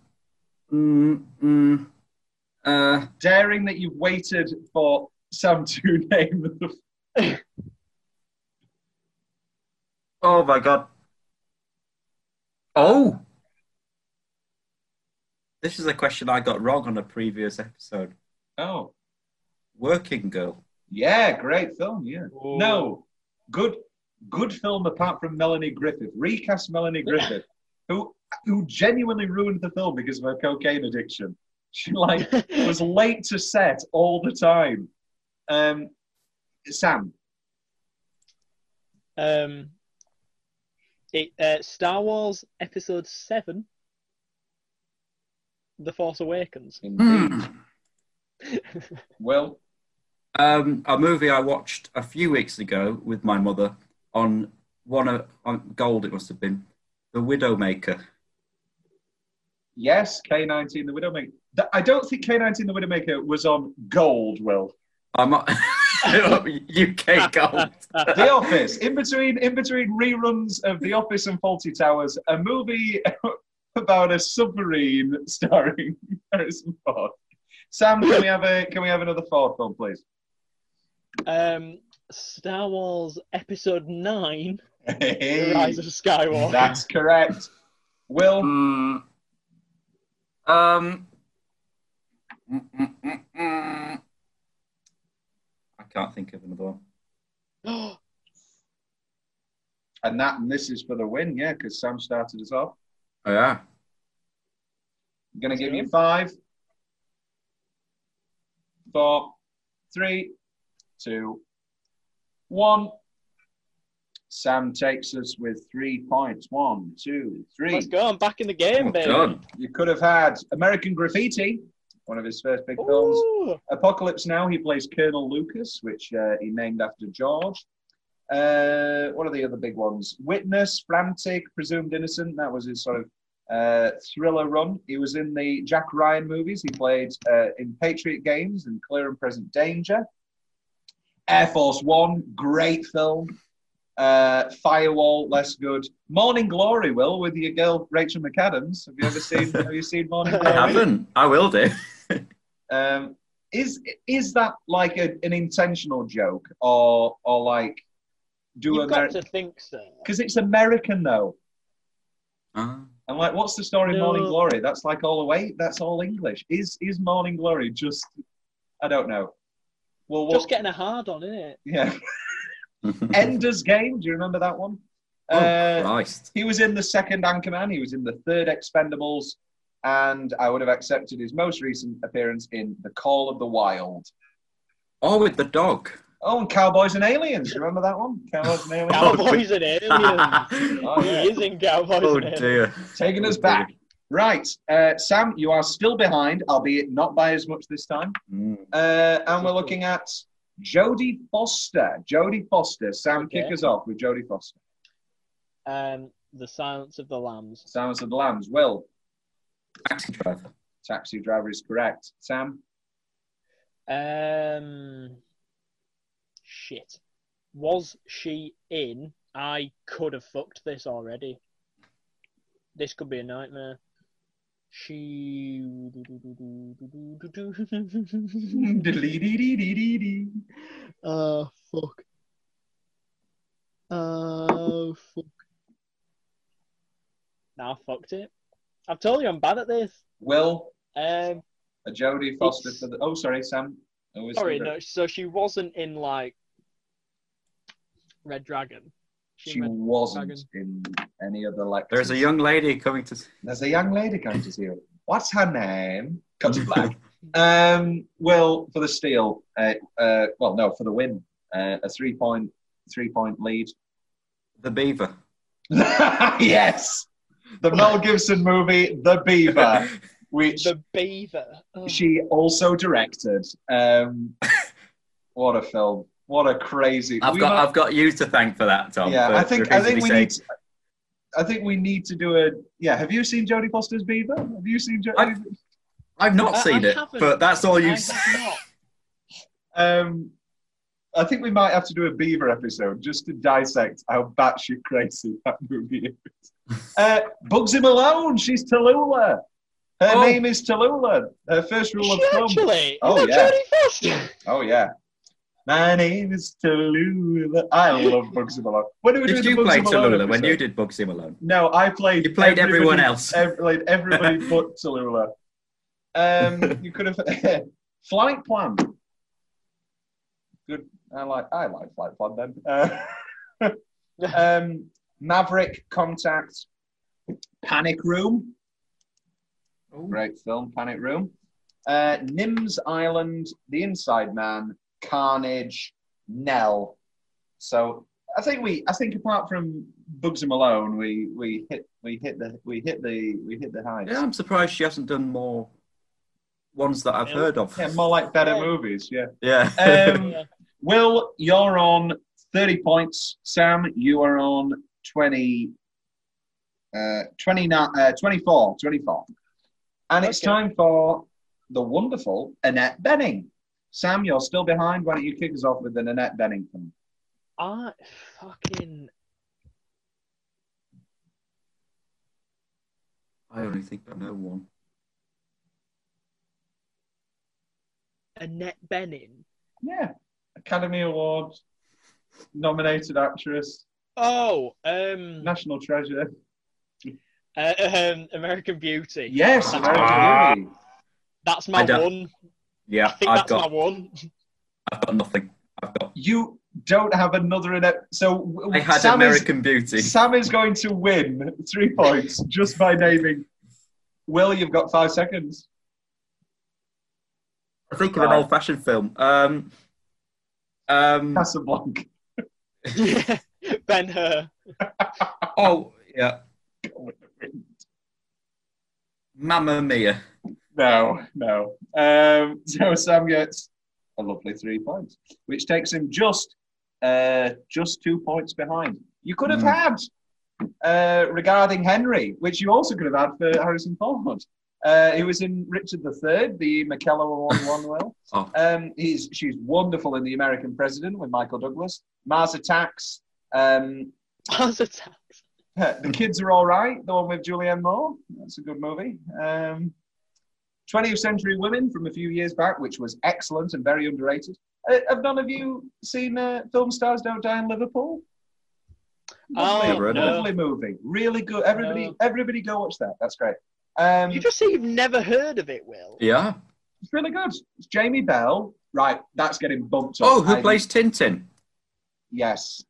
mm, mm, uh,
daring that you've waited for Sam to [LAUGHS] name the
oh my god. Oh, this is a question I got wrong on a previous episode.
Oh,
Working Girl.
yeah, great film. Yeah. No, good, good film apart from Melanie Griffith. Recast Melanie Griffith, who who genuinely ruined the film because of her cocaine addiction. [LAUGHS] She like was late to set all the time. Um, Sam,
[LAUGHS] um, it, uh, Star Wars Episode Seven. The Force Awakens.
indeed.
Hmm.
Well,
um, a movie I watched a few weeks ago with my mother on one of on Gold. It must have been The Widowmaker.
yes, K nineteen the Widowmaker. Th- I don't think K nineteen the Widowmaker was on Gold. Will
I'm not [LAUGHS] UK [LAUGHS] Gold.
The Office. In between, in between reruns of The Office and Faulty Towers, a movie [LAUGHS] about a submarine [LAUGHS] starring Harrison Ford. Sam, can we have a can we have another Ford film, please?
Um, Star Wars Episode Nine: The
Hey,
Rise of Skywalker.
that's correct. Will
Mm. um. mm, mm, mm, mm. I can't think of another one.
and that and this is for the win, yeah, because Sam started us off.
Oh, yeah.
I'm gonna give
Sure.
you five, four, three, two, one. Sam takes us with three points. One, two, three.
[GASPS] Let's go! I'm back in the
Oh
game,
Well
baby.
done.
You could have had American Graffiti, one of his first big films.
Ooh.
Apocalypse Now, he plays Colonel Lucas, which uh, he named after George. Uh, what are the other big ones? Witness, Frantic, Presumed Innocent. That was his sort of uh, thriller run. He was in the Jack Ryan movies. He played uh, in Patriot Games and Clear and Present Danger. Air Force One, great film. Uh, Firewall, less good. Morning Glory, Will, with your girl Rachel McAdams. Have you ever seen? have you seen Morning
I
Glory?
I haven't. I will do.
Um, is is that like a, an intentional joke or or like do
You've got
American?
to think so.
Because it's American though.
[LAUGHS] Ah.
And like, what's the story in
No.
Morning Glory? That's like all away. That's all English. Is is Morning Glory just? I don't know. Well, what?
Just getting a hard on, innit?
[LAUGHS] yeah. Ender's Game. Do you remember that one?
oh,
Uh,
Christ.
He was in the second Anchorman. He was in the third Expendables, and I would have accepted his most recent appearance in The Call of the Wild.
Oh, with the dog.
Oh, and Cowboys and Aliens. You remember that one? Cowboys and Aliens.
Cow-
Cowboys and
[LAUGHS]
aliens.
oh, [LAUGHS]
Oh,
he
yeah.
is in Cowboys
Oh,
and aliens.
dear.
Taking us
Oh,
back. Right. Uh, Sam, you are still behind, albeit not by as much this time.
Mm.
Uh, and we're looking at Jodie Foster. Jodie Foster. Sam, kick
Okay.
us off with Jodie Foster.
Um, the Silence of the Lambs.
Silence of the Lambs. Will,
Taxi driver.
taxi driver is correct.
[LAUGHS]
Sam,
Um, shit. Was she in? I could have fucked this already. This could be a nightmare. She. [LAUGHS]
Diddly-dee-dee-dee-dee-dee.
Oh, fuck. Oh, fuck. Nah, I fucked it. I've told you I'm bad at this.
Will,
Um,
a Jodie Foster
It's-
for the. Oh, sorry, Sam. Oh, is
sorry,
there-
no, so she wasn't in, like, Red Dragon. She
She
meant-
wasn't in any of the lectures.
There's a young lady coming to.
There's a young lady going to see her. What's her name?
[LAUGHS]
Comes black. Um, well, for the steal, uh, uh, well, no, for the win, uh, a three point, three point lead. [LAUGHS]
the beaver.
yes, the Mel Gibson movie, The Beaver, which
the Beaver. Oh,
she also directed. Um, what a film! What a crazy.
[LAUGHS] I've
we
got
might-
I've got you to thank for that, Tom.
yeah,
for
I think I think
repeatedly
we
saying-
need. I think we need to do a. Yeah, have you seen Jodie Foster's Beaver? Have you seen Jodie?
I- I've not
I- I
seen it,
haven't.
but that's all
I
you.
have
s- [LAUGHS]
not.
Um, I think we might have to do a beaver episode just to dissect how batshit crazy that movie is. uh, Bugsy Malone, she's Tallulah. Her
Oh.
name is Tallulah. Her first
Is
rule of
she
thumb.
actually?
Oh,
Oh,
yeah.
yeah. Jodie
[LAUGHS]
Foster.
Oh yeah. My name is Tallulah. I love Bugsy Malone. When are we doing
[LAUGHS] Did you
the Bugsy
play
Malone
Tallulah when
episode?
you did Bugsy Malone?
No, I played.
You played everyone
everybody-
else.
ev- played [LAUGHS] everybody but Tallulah. Um, you could have [LAUGHS] flight plan. Good. I like. I like flight plan then. Uh, [LAUGHS] um, Maverick contact. Panic Room. Great film. Panic Room. Uh, Nims Island. The Inside Man. Carnage. Nell. So I think we. I think apart from Bugsy Malone, we we hit we hit the we hit the we hit the heights.
Yeah, I'm surprised she hasn't done more ones that I've
Yeah.
heard of.
Yeah, more like better
Yeah.
movies. Yeah.
Yeah.
[LAUGHS] Um, [LAUGHS] Will, you're on 30 points. Sam, you are on 20, uh, 29, uh, 24, 24. And it's
Okay.
time for the wonderful Annette Benning. Sam, you're still behind. Why don't you kick us off with an Annette Benning film?
I fucking.
[LAUGHS] I only think I know one.
Annette Benning.
Yeah. Academy Award nominated actress,
Oh, um,
national treasure.
uh, um, American Beauty.
Yes,
Ah.
American Beauty.
That's
I
my
don't-
one. I
Yeah,
think
I've
that's
got
my
[LAUGHS]
one. [LAUGHS]
I've got nothing. I've got.
You don't have another Annette. So w-
I had
Sam is-
American Beauty.
Sam is going to win three points just by naming. Will, you've got five seconds.
I think of an
Right.
old-fashioned film. Um, um,
Casablanca. [LAUGHS]
yeah. Ben Hur.
oh yeah, Mamma Mia.
No, no. Um, so Sam gets a lovely three points, which takes him just uh, just two points behind. You could have
Hmm.
had uh, regarding Henry, which you also could have had for Harrison Ford. Uh, he was in Richard III, the McKellar Award
[LAUGHS]
one. Will
Oh.
um, he's she's wonderful in The American President with Michael Douglas. Mars Attacks. Um,
Mars Attacks.
Uh, the Kids Are All Right, the one with Julianne Moore. That's a good movie. Um, 20th Century Women from a few years back, which was excellent and very underrated. Uh, have none of you seen uh, Film Stars Don't Die in Liverpool?
Oh,
Never heard of it.
lovely movie. Really good. Everybody,
No.
everybody, go watch that. That's great. Um,
You just say you've never heard of it, Will.
Yeah.
it's really good. It's Jamie Bell. Right, that's getting bumped up.
Oh, who
I-
plays Tintin?
Yes.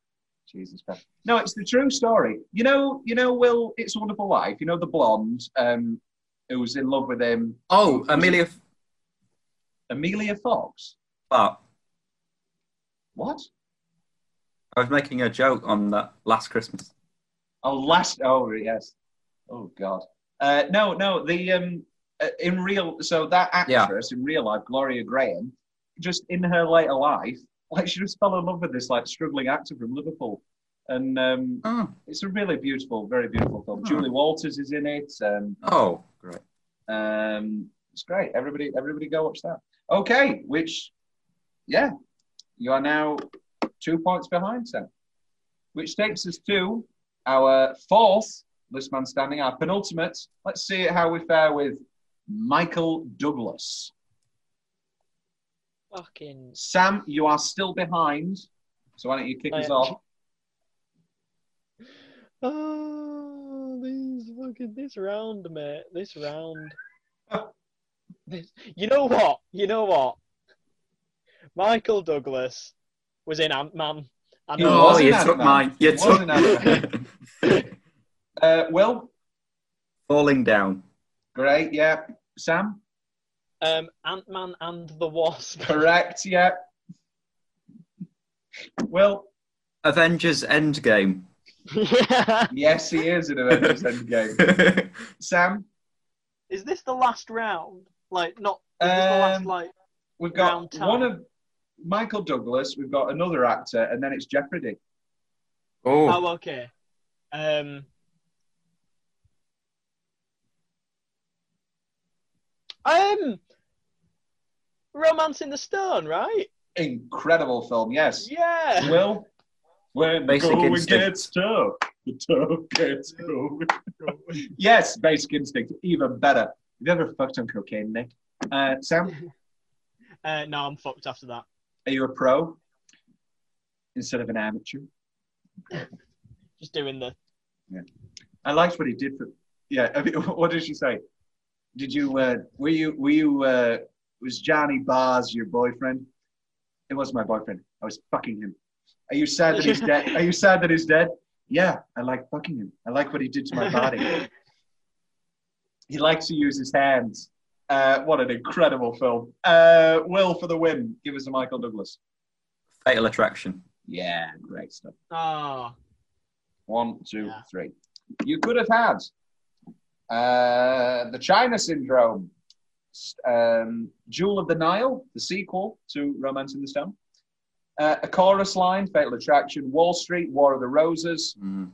Jesus Christ. No, it's the true story. You know, you know, Will, It's a Wonderful Life, you know, the blonde um, who was in love with him,
Oh, Amelia
Amelia Fox.
But
What?
I was making a joke on that last Christmas.
Oh, last. Oh, yes. Oh, God. Uh, no, no, the, um, uh, in real, so that
Yeah.
actress in real life, Gloria Graham, just in her later life, like she just fell in love with this, like, struggling actor from Liverpool. And um,
Oh,
it's a really beautiful, very beautiful film.
Hmm.
Julie Walters is in it. Um,
oh great.
Um, it's great. Everybody, everybody, go watch that. Okay, which, yeah, you are now two points behind, Sam, which takes us to our fourth This man standing. Our penultimate. Let's see how we fare with Michael Douglas.
Fucking.
Sam, you are still behind. So why don't you kick
Oh,
us
yeah.
off?
Oh, these fucking this round, mate.
[LAUGHS]
This round. this, you know what? You know what? Michael Douglas was in Ant Man. I
He
know.
was.
oh,
wasn't
you
that
took
bad.
mine. You
It
took
wasn't that Uh, Will,
[LAUGHS] falling down.
great. Yeah. Sam,
Um, Ant Man and the Wasp.
correct. Yeah. Will,
Avengers Endgame.
[LAUGHS] yeah.
yes, he is in Avengers Endgame. Sam,
Is this the last round? Like not. Is this the last
Um,
like?
we've got
Round time.
one of Michael Douglas. We've got another actor, and then it's Jeopardy.
[LAUGHS] oh,
Oh, okay. Um. Um. Romance in the Stone, right?
Incredible film. Yes.
Yeah.
Will, when
Basic
going
Instinct.
gets tough, the tough gets going. Yes, Basic Instinct, even better. Have you ever fucked on cocaine, Nick? Uh, Sam,
Uh, no, I'm fucked after that.
are you a pro instead of an amateur?
Just doing the.
I liked what he did for. Yeah, I mean, [LAUGHS] what did she say? Did you uh, were you were you uh, was Johnny Bars your boyfriend? It was my boyfriend. I was fucking him. Are you sad that he's dead? Are you sad that he's dead? Yeah, I like fucking him. I like what he did to my
[LAUGHS]
body. He likes to use his hands. Uh, what an incredible film. Uh, Will for the win. Give us a Michael Douglas.
Fatal Attraction.
Yeah, great stuff.
Ah.
One, two, three.
Yeah.
You could have had uh, the China Syndrome, s- um, Jewel of the Nile, the sequel to Romance in the Stone, uh, A Chorus Line, Fatal Attraction, Wall Street, War of the Roses,
Mm.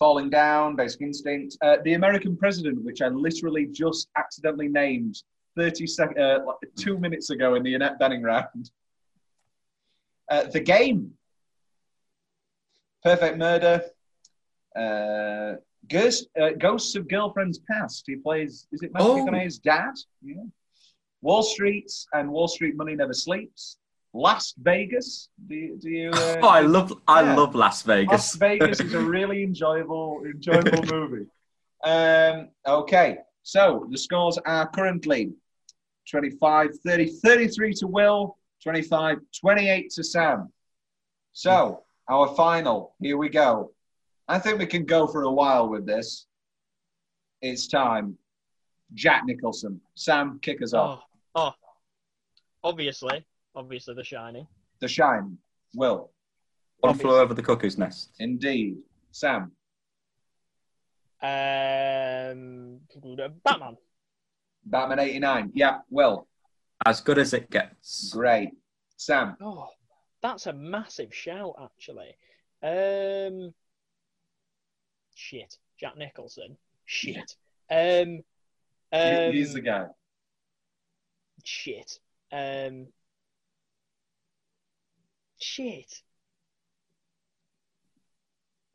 Falling Down, Basic Instinct, uh, The American President, which I literally just accidentally named 30 sec- uh, like two minutes ago in the Annette Benning round. Uh, the Game, Perfect Murder, uh, Ghost, uh, Ghosts of Girlfriends Past. He plays, is it Matthew
Oh.
McConaughey's dad? Yeah. Wall Street and Wall Street Money Never Sleeps. Las Vegas. Do, you- do you? Uh,
Oh, [LAUGHS] I love, I
yeah.
love Las Vegas.
Las Vegas is a really enjoyable, enjoyable movie. Um, okay, so the scores are currently 25 30, 33 to Will, 25 28 to Sam. So, our final, here we go. I think we can go for a while with this. It's time. Jack Nicholson. Sam, kick us off.
Oh. Oh. Obviously. Obviously, The Shining.
The Shine. Will.
One flew over the cuckoo's nest.
Indeed. Sam.
Um. Batman.
Batman 89. Yeah, Will.
As good as it gets.
Great. Sam.
Oh, that's a massive shout, actually. Um, shit, Jack Nicholson. Shit. Um, um,
He's the guy.
shit. Um, shit.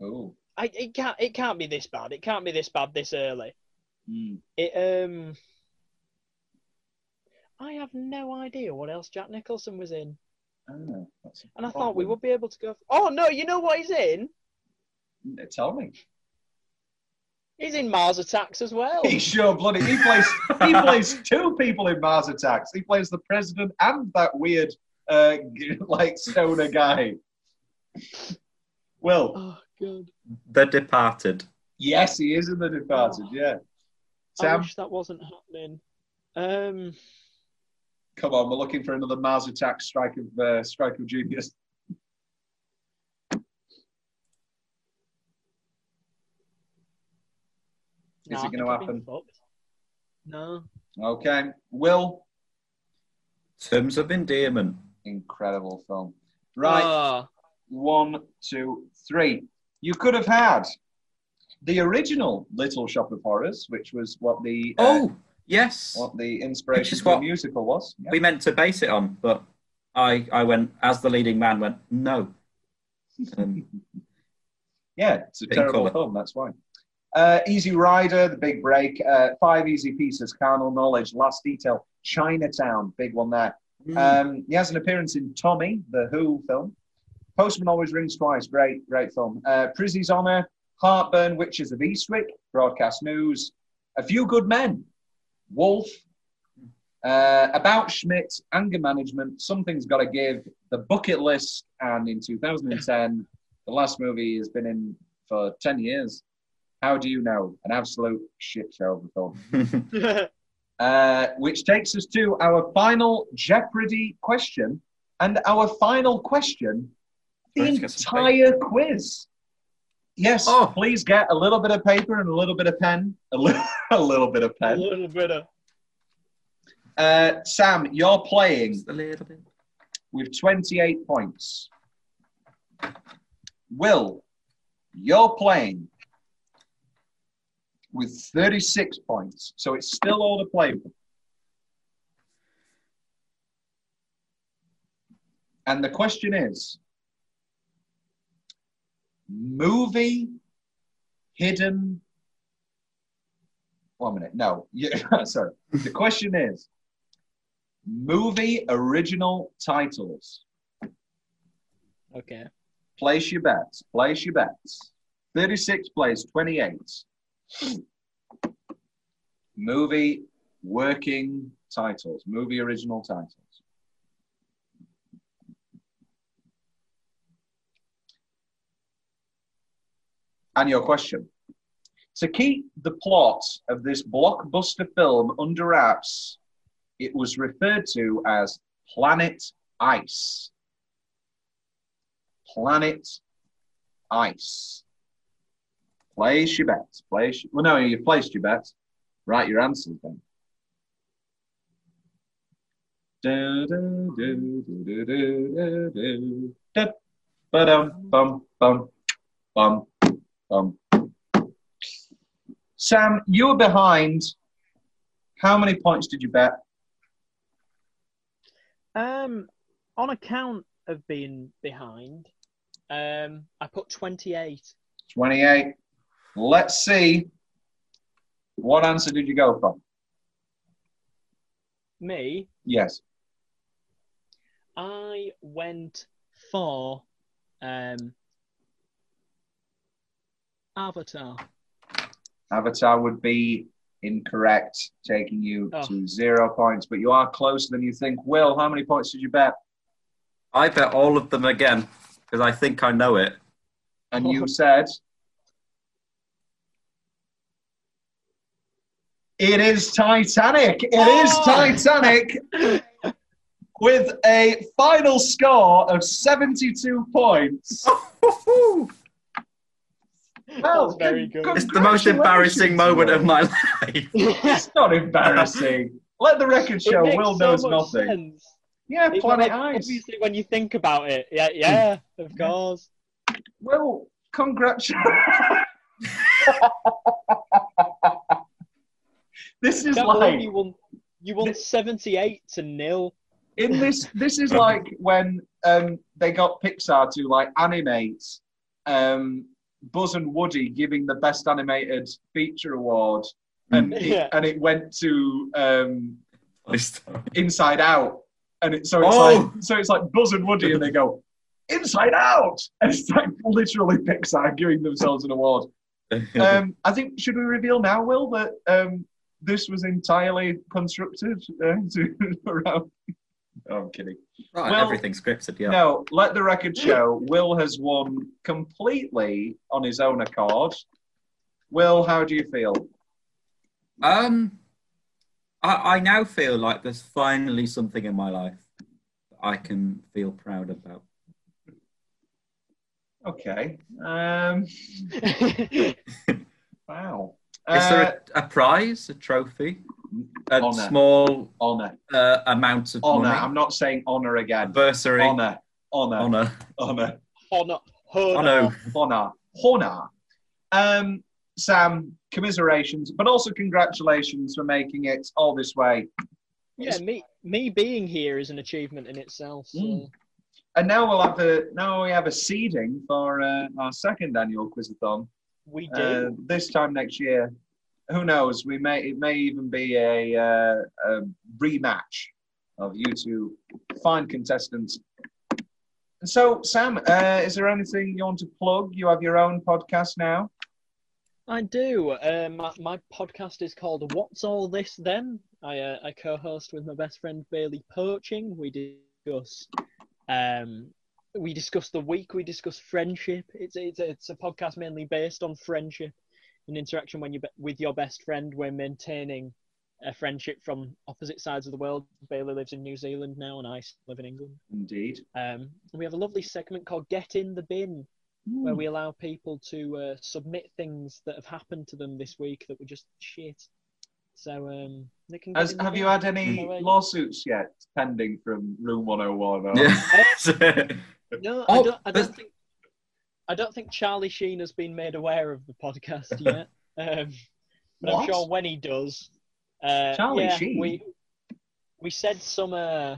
Oh.
I it can't it can't be this bad. It can't be this bad this early. mm. It um. I have no idea what else Jack Nicholson was in,
Ah, Oh,
and I thought we would be able to go. Oh no, you know what he's in?
would. Mm, uh, Tell me.
He's in Mars Attacks as well.
He sure bloody he plays he plays two people in Mars Attacks. He plays the president and that weird uh, g- [LAUGHS] like stoner guy. Well,
[LAUGHS] Oh god.
The Departed.
yes, he is in The Departed.
Oh.
Yeah.
I
Sam,
wish that wasn't happening. Um,
come on, we're looking for another Mars Attacks strike of uh, strike of genius.
nah,
it
I think
gonna
I've been
happen?
fucked. No.
Okay, Will,
Terms of Endearment.
incredible film. Right.
[LAUGHS] Ah,
One, two, three. You could have had the original Little Shop of Horrors, which was what the uh,
oh, yes.
what the inspiration
Which is
for the
what-
musical was. Yeah.
We meant to base it on, but I, I went, as the leading man went, no. Um,
Yeah, it's a [LAUGHS]
In
terrible
colour.
film. That's why. Uh, Easy Rider, The Big Break, uh, Five Easy Pieces, Carnal Knowledge, Last Detail, Chinatown, big one there.
Mm. [LAUGHS]
Um, he has an appearance in Tommy, the Who film. Postman Always Rings Twice, great, great film. Uh, Prizzy's Honor, Heartburn, Witches of Eastwick, Broadcast News, A Few Good Men, Wolf, uh, About Schmidt, Anger Management, Something's Gotta Give, The Bucket List, and in 2010, the last movie he's been in for 10 years. How do you know? An absolute shit show of a film. Uh, which takes us to our final Jeopardy question. And our final question the
Let's get some
entire quiz. Yes,
Oh.
please get a little bit of paper and a little bit of pen. A, li- [LAUGHS] a little bit of
a
pen.
little bit of.
Uh, Sam, you're playing
Just a little bit.
with 28 points. Will, you're playing with 36 points. So it's still all to play with. And the question is movie hidden. One minute. No. [LAUGHS] Yeah, sorry. The question is movie original titles.
Okay.
Place your bets. Place your bets. 36 plays 28. Movie working titles. Movie original titles. And your question. To keep the plot of this blockbuster film under wraps, it was referred to as Planet Ice. Planet Ice. Place your bets. Place. Well, no, you've placed your bets. Write your answers then. Ba-dum, bum, bum, bum, bum. Sam, you were behind. How many points did you bet?
Um, on account of being behind, um, I put twenty-eight.
28. Let's see. What answer did you go for?
Me,
Yes.
I went for um, Avatar.
Avatar would be incorrect, taking you
Oh.
to zero points. But you are closer than you think. Will, how many points did you bet?
I bet all of them again because I think I know it.
And
Oh. [LAUGHS]
you said. It is Titanic. It is
Oh. [LAUGHS]
Titanic with a final score of 72
[LAUGHS]
points. Well,
That's very
Oh, good-
good. [LAUGHS]
good.
it's the most
Congratulations,
embarrassing moment
Will.
of my life. [LAUGHS]
it
It's not embarrassing. Let the record show
makes
Will
so
knows
much
nothing.
sense.
Yeah,
It-
Planet
like,
Ice.
Obviously, when you think about it, yeah, yeah, of course.
Well, congratulations. [LAUGHS] this is
Can't believe
like
you won. You won seventy-eight
[LAUGHS]
to nil.
in this. This is like when um, they got Pixar to like animate um, Buzz and Woody giving the best animated feature award, and
Yeah.
it, and it went to um,
This-
Inside Out, and it, so it's
Oh!
like so it's like Buzz and Woody, and they go Inside Out, and it's like literally Pixar giving themselves an award.
[LAUGHS]
um, I think should we reveal now, Will, that um, this was entirely constructed uh, [LAUGHS] to, around? No, I'm kidding.
right,
well,
everything scripted, yeah.
No, let the record show. Will has won completely on his own accord. Will, how do you feel?
Um, I, I now feel like there's finally something in my life that I can feel proud about.
Okay. Um,
That's
wow.
Is
Uh,
there a, a prize, a trophy, a
Honour.
small
honor?
uh, amount of
Honor.
money,
I'm not saying honor again.
anniversary,
Honor. Honor.
honor, Oh,
Honor.
Honor.
honor.
Honor. Honor. Um, Sam, commiserations, but also congratulations for making it all this way.
Yeah, me me being here is an achievement in itself. So.
Mm. And now we'll have the now we have a seeding for uh, our second annual quizathon,
We do.
Uh, this time next year, who knows? We may it may even be a, uh, a rematch of you two fine contestants. And so, Sam, uh, is there anything you want to plug? You have your own podcast now.
I do. Um, my, my podcast is called What's All This Then? I, uh, I co host with my best friend Bailey Poaching. We discuss. Um, we discuss the week. We discuss friendship. It's it's it's a podcast mainly based on friendship and interaction when you are with your best friend. We're maintaining a friendship from opposite sides of the world. Bailey lives in New Zealand now, and I live in England.
Indeed.
Um, we have a lovely segment called Get in the Bin,
Hmm.
where we allow people to uh, submit things that have happened to them this week that were just shit. So um, they can. get
Has,
in the
have you
bin.
had any
Mm.
lawsuits yet pending from Room 101? Or...
[LAUGHS] Yeah.
No, I
Oh,
don't. I
there's-
don't think. I don't think Charlie Sheen has been made aware of the podcast yet. um, but I'm
What?
sure when he does, uh,
Charlie
yeah,
Sheen?
We, we said some. Uh,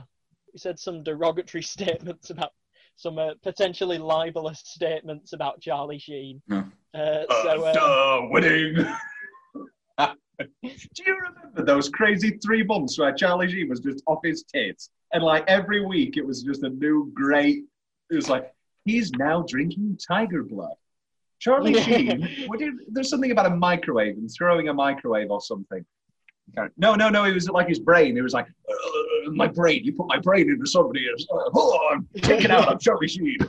we said some derogatory [LAUGHS] statements about some uh, potentially libelous statements about Charlie Sheen.
No.
Uh, so uh,
After winning. Do you remember those crazy three months where Charlie Sheen was just off his tits? And like every week it was just a new great. It was like, he's now drinking tiger blood. Charlie
Yeah.
Sheen, what did, there's something about a microwave and throwing a microwave or something. Okay. No, no, no, it was like his brain. It was like, "Uh, my brain, you put my brain into somebody else. Uh, oh, I'm taking out, I'm Charlie Sheen.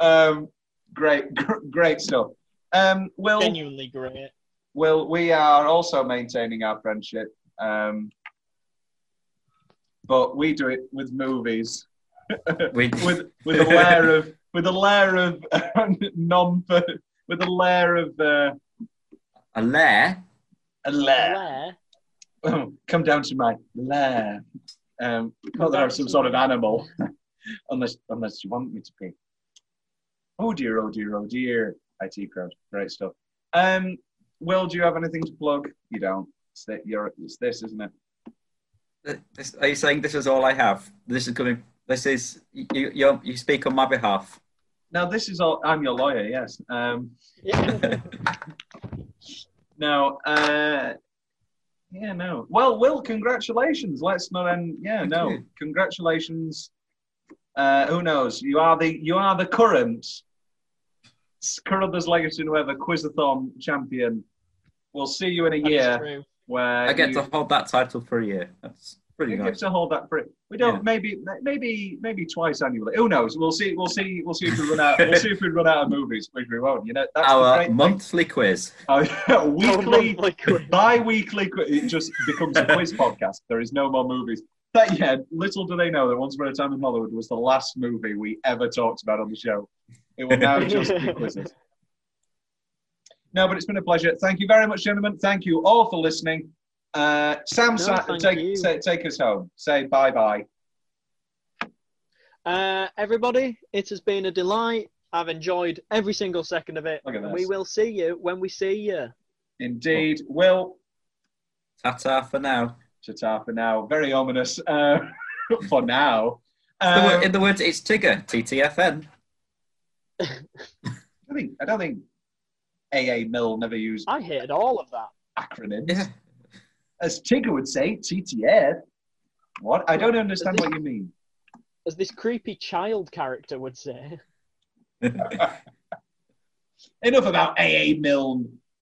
Um, great, [LAUGHS] gr- great stuff. Um, Will,
genuinely great.
Will, we are also maintaining our friendship, um, but we do it with movies,
we,
with with a layer of with a layer of [LAUGHS] non with a layer of uh,
a lair.
a
Blair,
[COUGHS] Come down to my lair. Um, not that I'm some sort of animal, [LAUGHS] unless unless you want me to be. Oh dear, oh dear, oh dear. IT crowd, great stuff. Um, Will, do you have anything to plug? You don't. It's, that you're, it's this, isn't it?
This- Are you saying this is all I have? This is coming. This is you. You, you speak on my behalf. [LAUGHS]
Now this is all. I'm your lawyer. Yes. Um,
Yeah.
no. Uh, yeah. No. Well, Will, congratulations. Let's not end. Yeah.
Thank
No.
you.
Congratulations. Uh, who knows? You are the you are the current Scrubbers Legacy whoever Quizathon champion. We'll see you in a
that is
year
true.
where
I get
you,
to hold that title for a year. That's pretty
you get
nice.
to hold that for We don't
Yeah.
maybe maybe maybe twice annually. Who knows? We'll see. We'll see. We'll see if we run out.
[LAUGHS]
we'll see if we run out of movies, which we won't. You know, that's the
Our
great thing.
monthly quiz.
Uh, [LAUGHS] weekly,
Monthly quiz.
bi-weekly, qui- it just becomes a quiz podcast. There is no more movies. But yeah, little do they know that Once Upon a Time in Hollywood was the last movie we ever talked about on the show. It will now just be
[LAUGHS]
quizzes. No, but it's been a pleasure. Thank you very much, gentlemen. Thank you all for listening. Uh, Sam,
No,
Sa-
thank
take,
you.
say, take us home. Say bye-bye.
Uh, everybody, it has been a delight. I've enjoyed every single second of it.
Look at
And
this.
we will see you when we see you.
Indeed. Will,
Ta-ta for now.
ta for now. Very ominous uh, [LAUGHS] for now.
In the
Um,
wo- in the words, it's Tigger. TTFN.
I don't think I don't think AA Mill never used
I hated all of that.
acronyms.
[LAUGHS] Yeah.
As Tigger would say, TTF. What? I don't understand what you mean.
As this creepy child [LAUGHS] character would say.
Enough about AA Milne.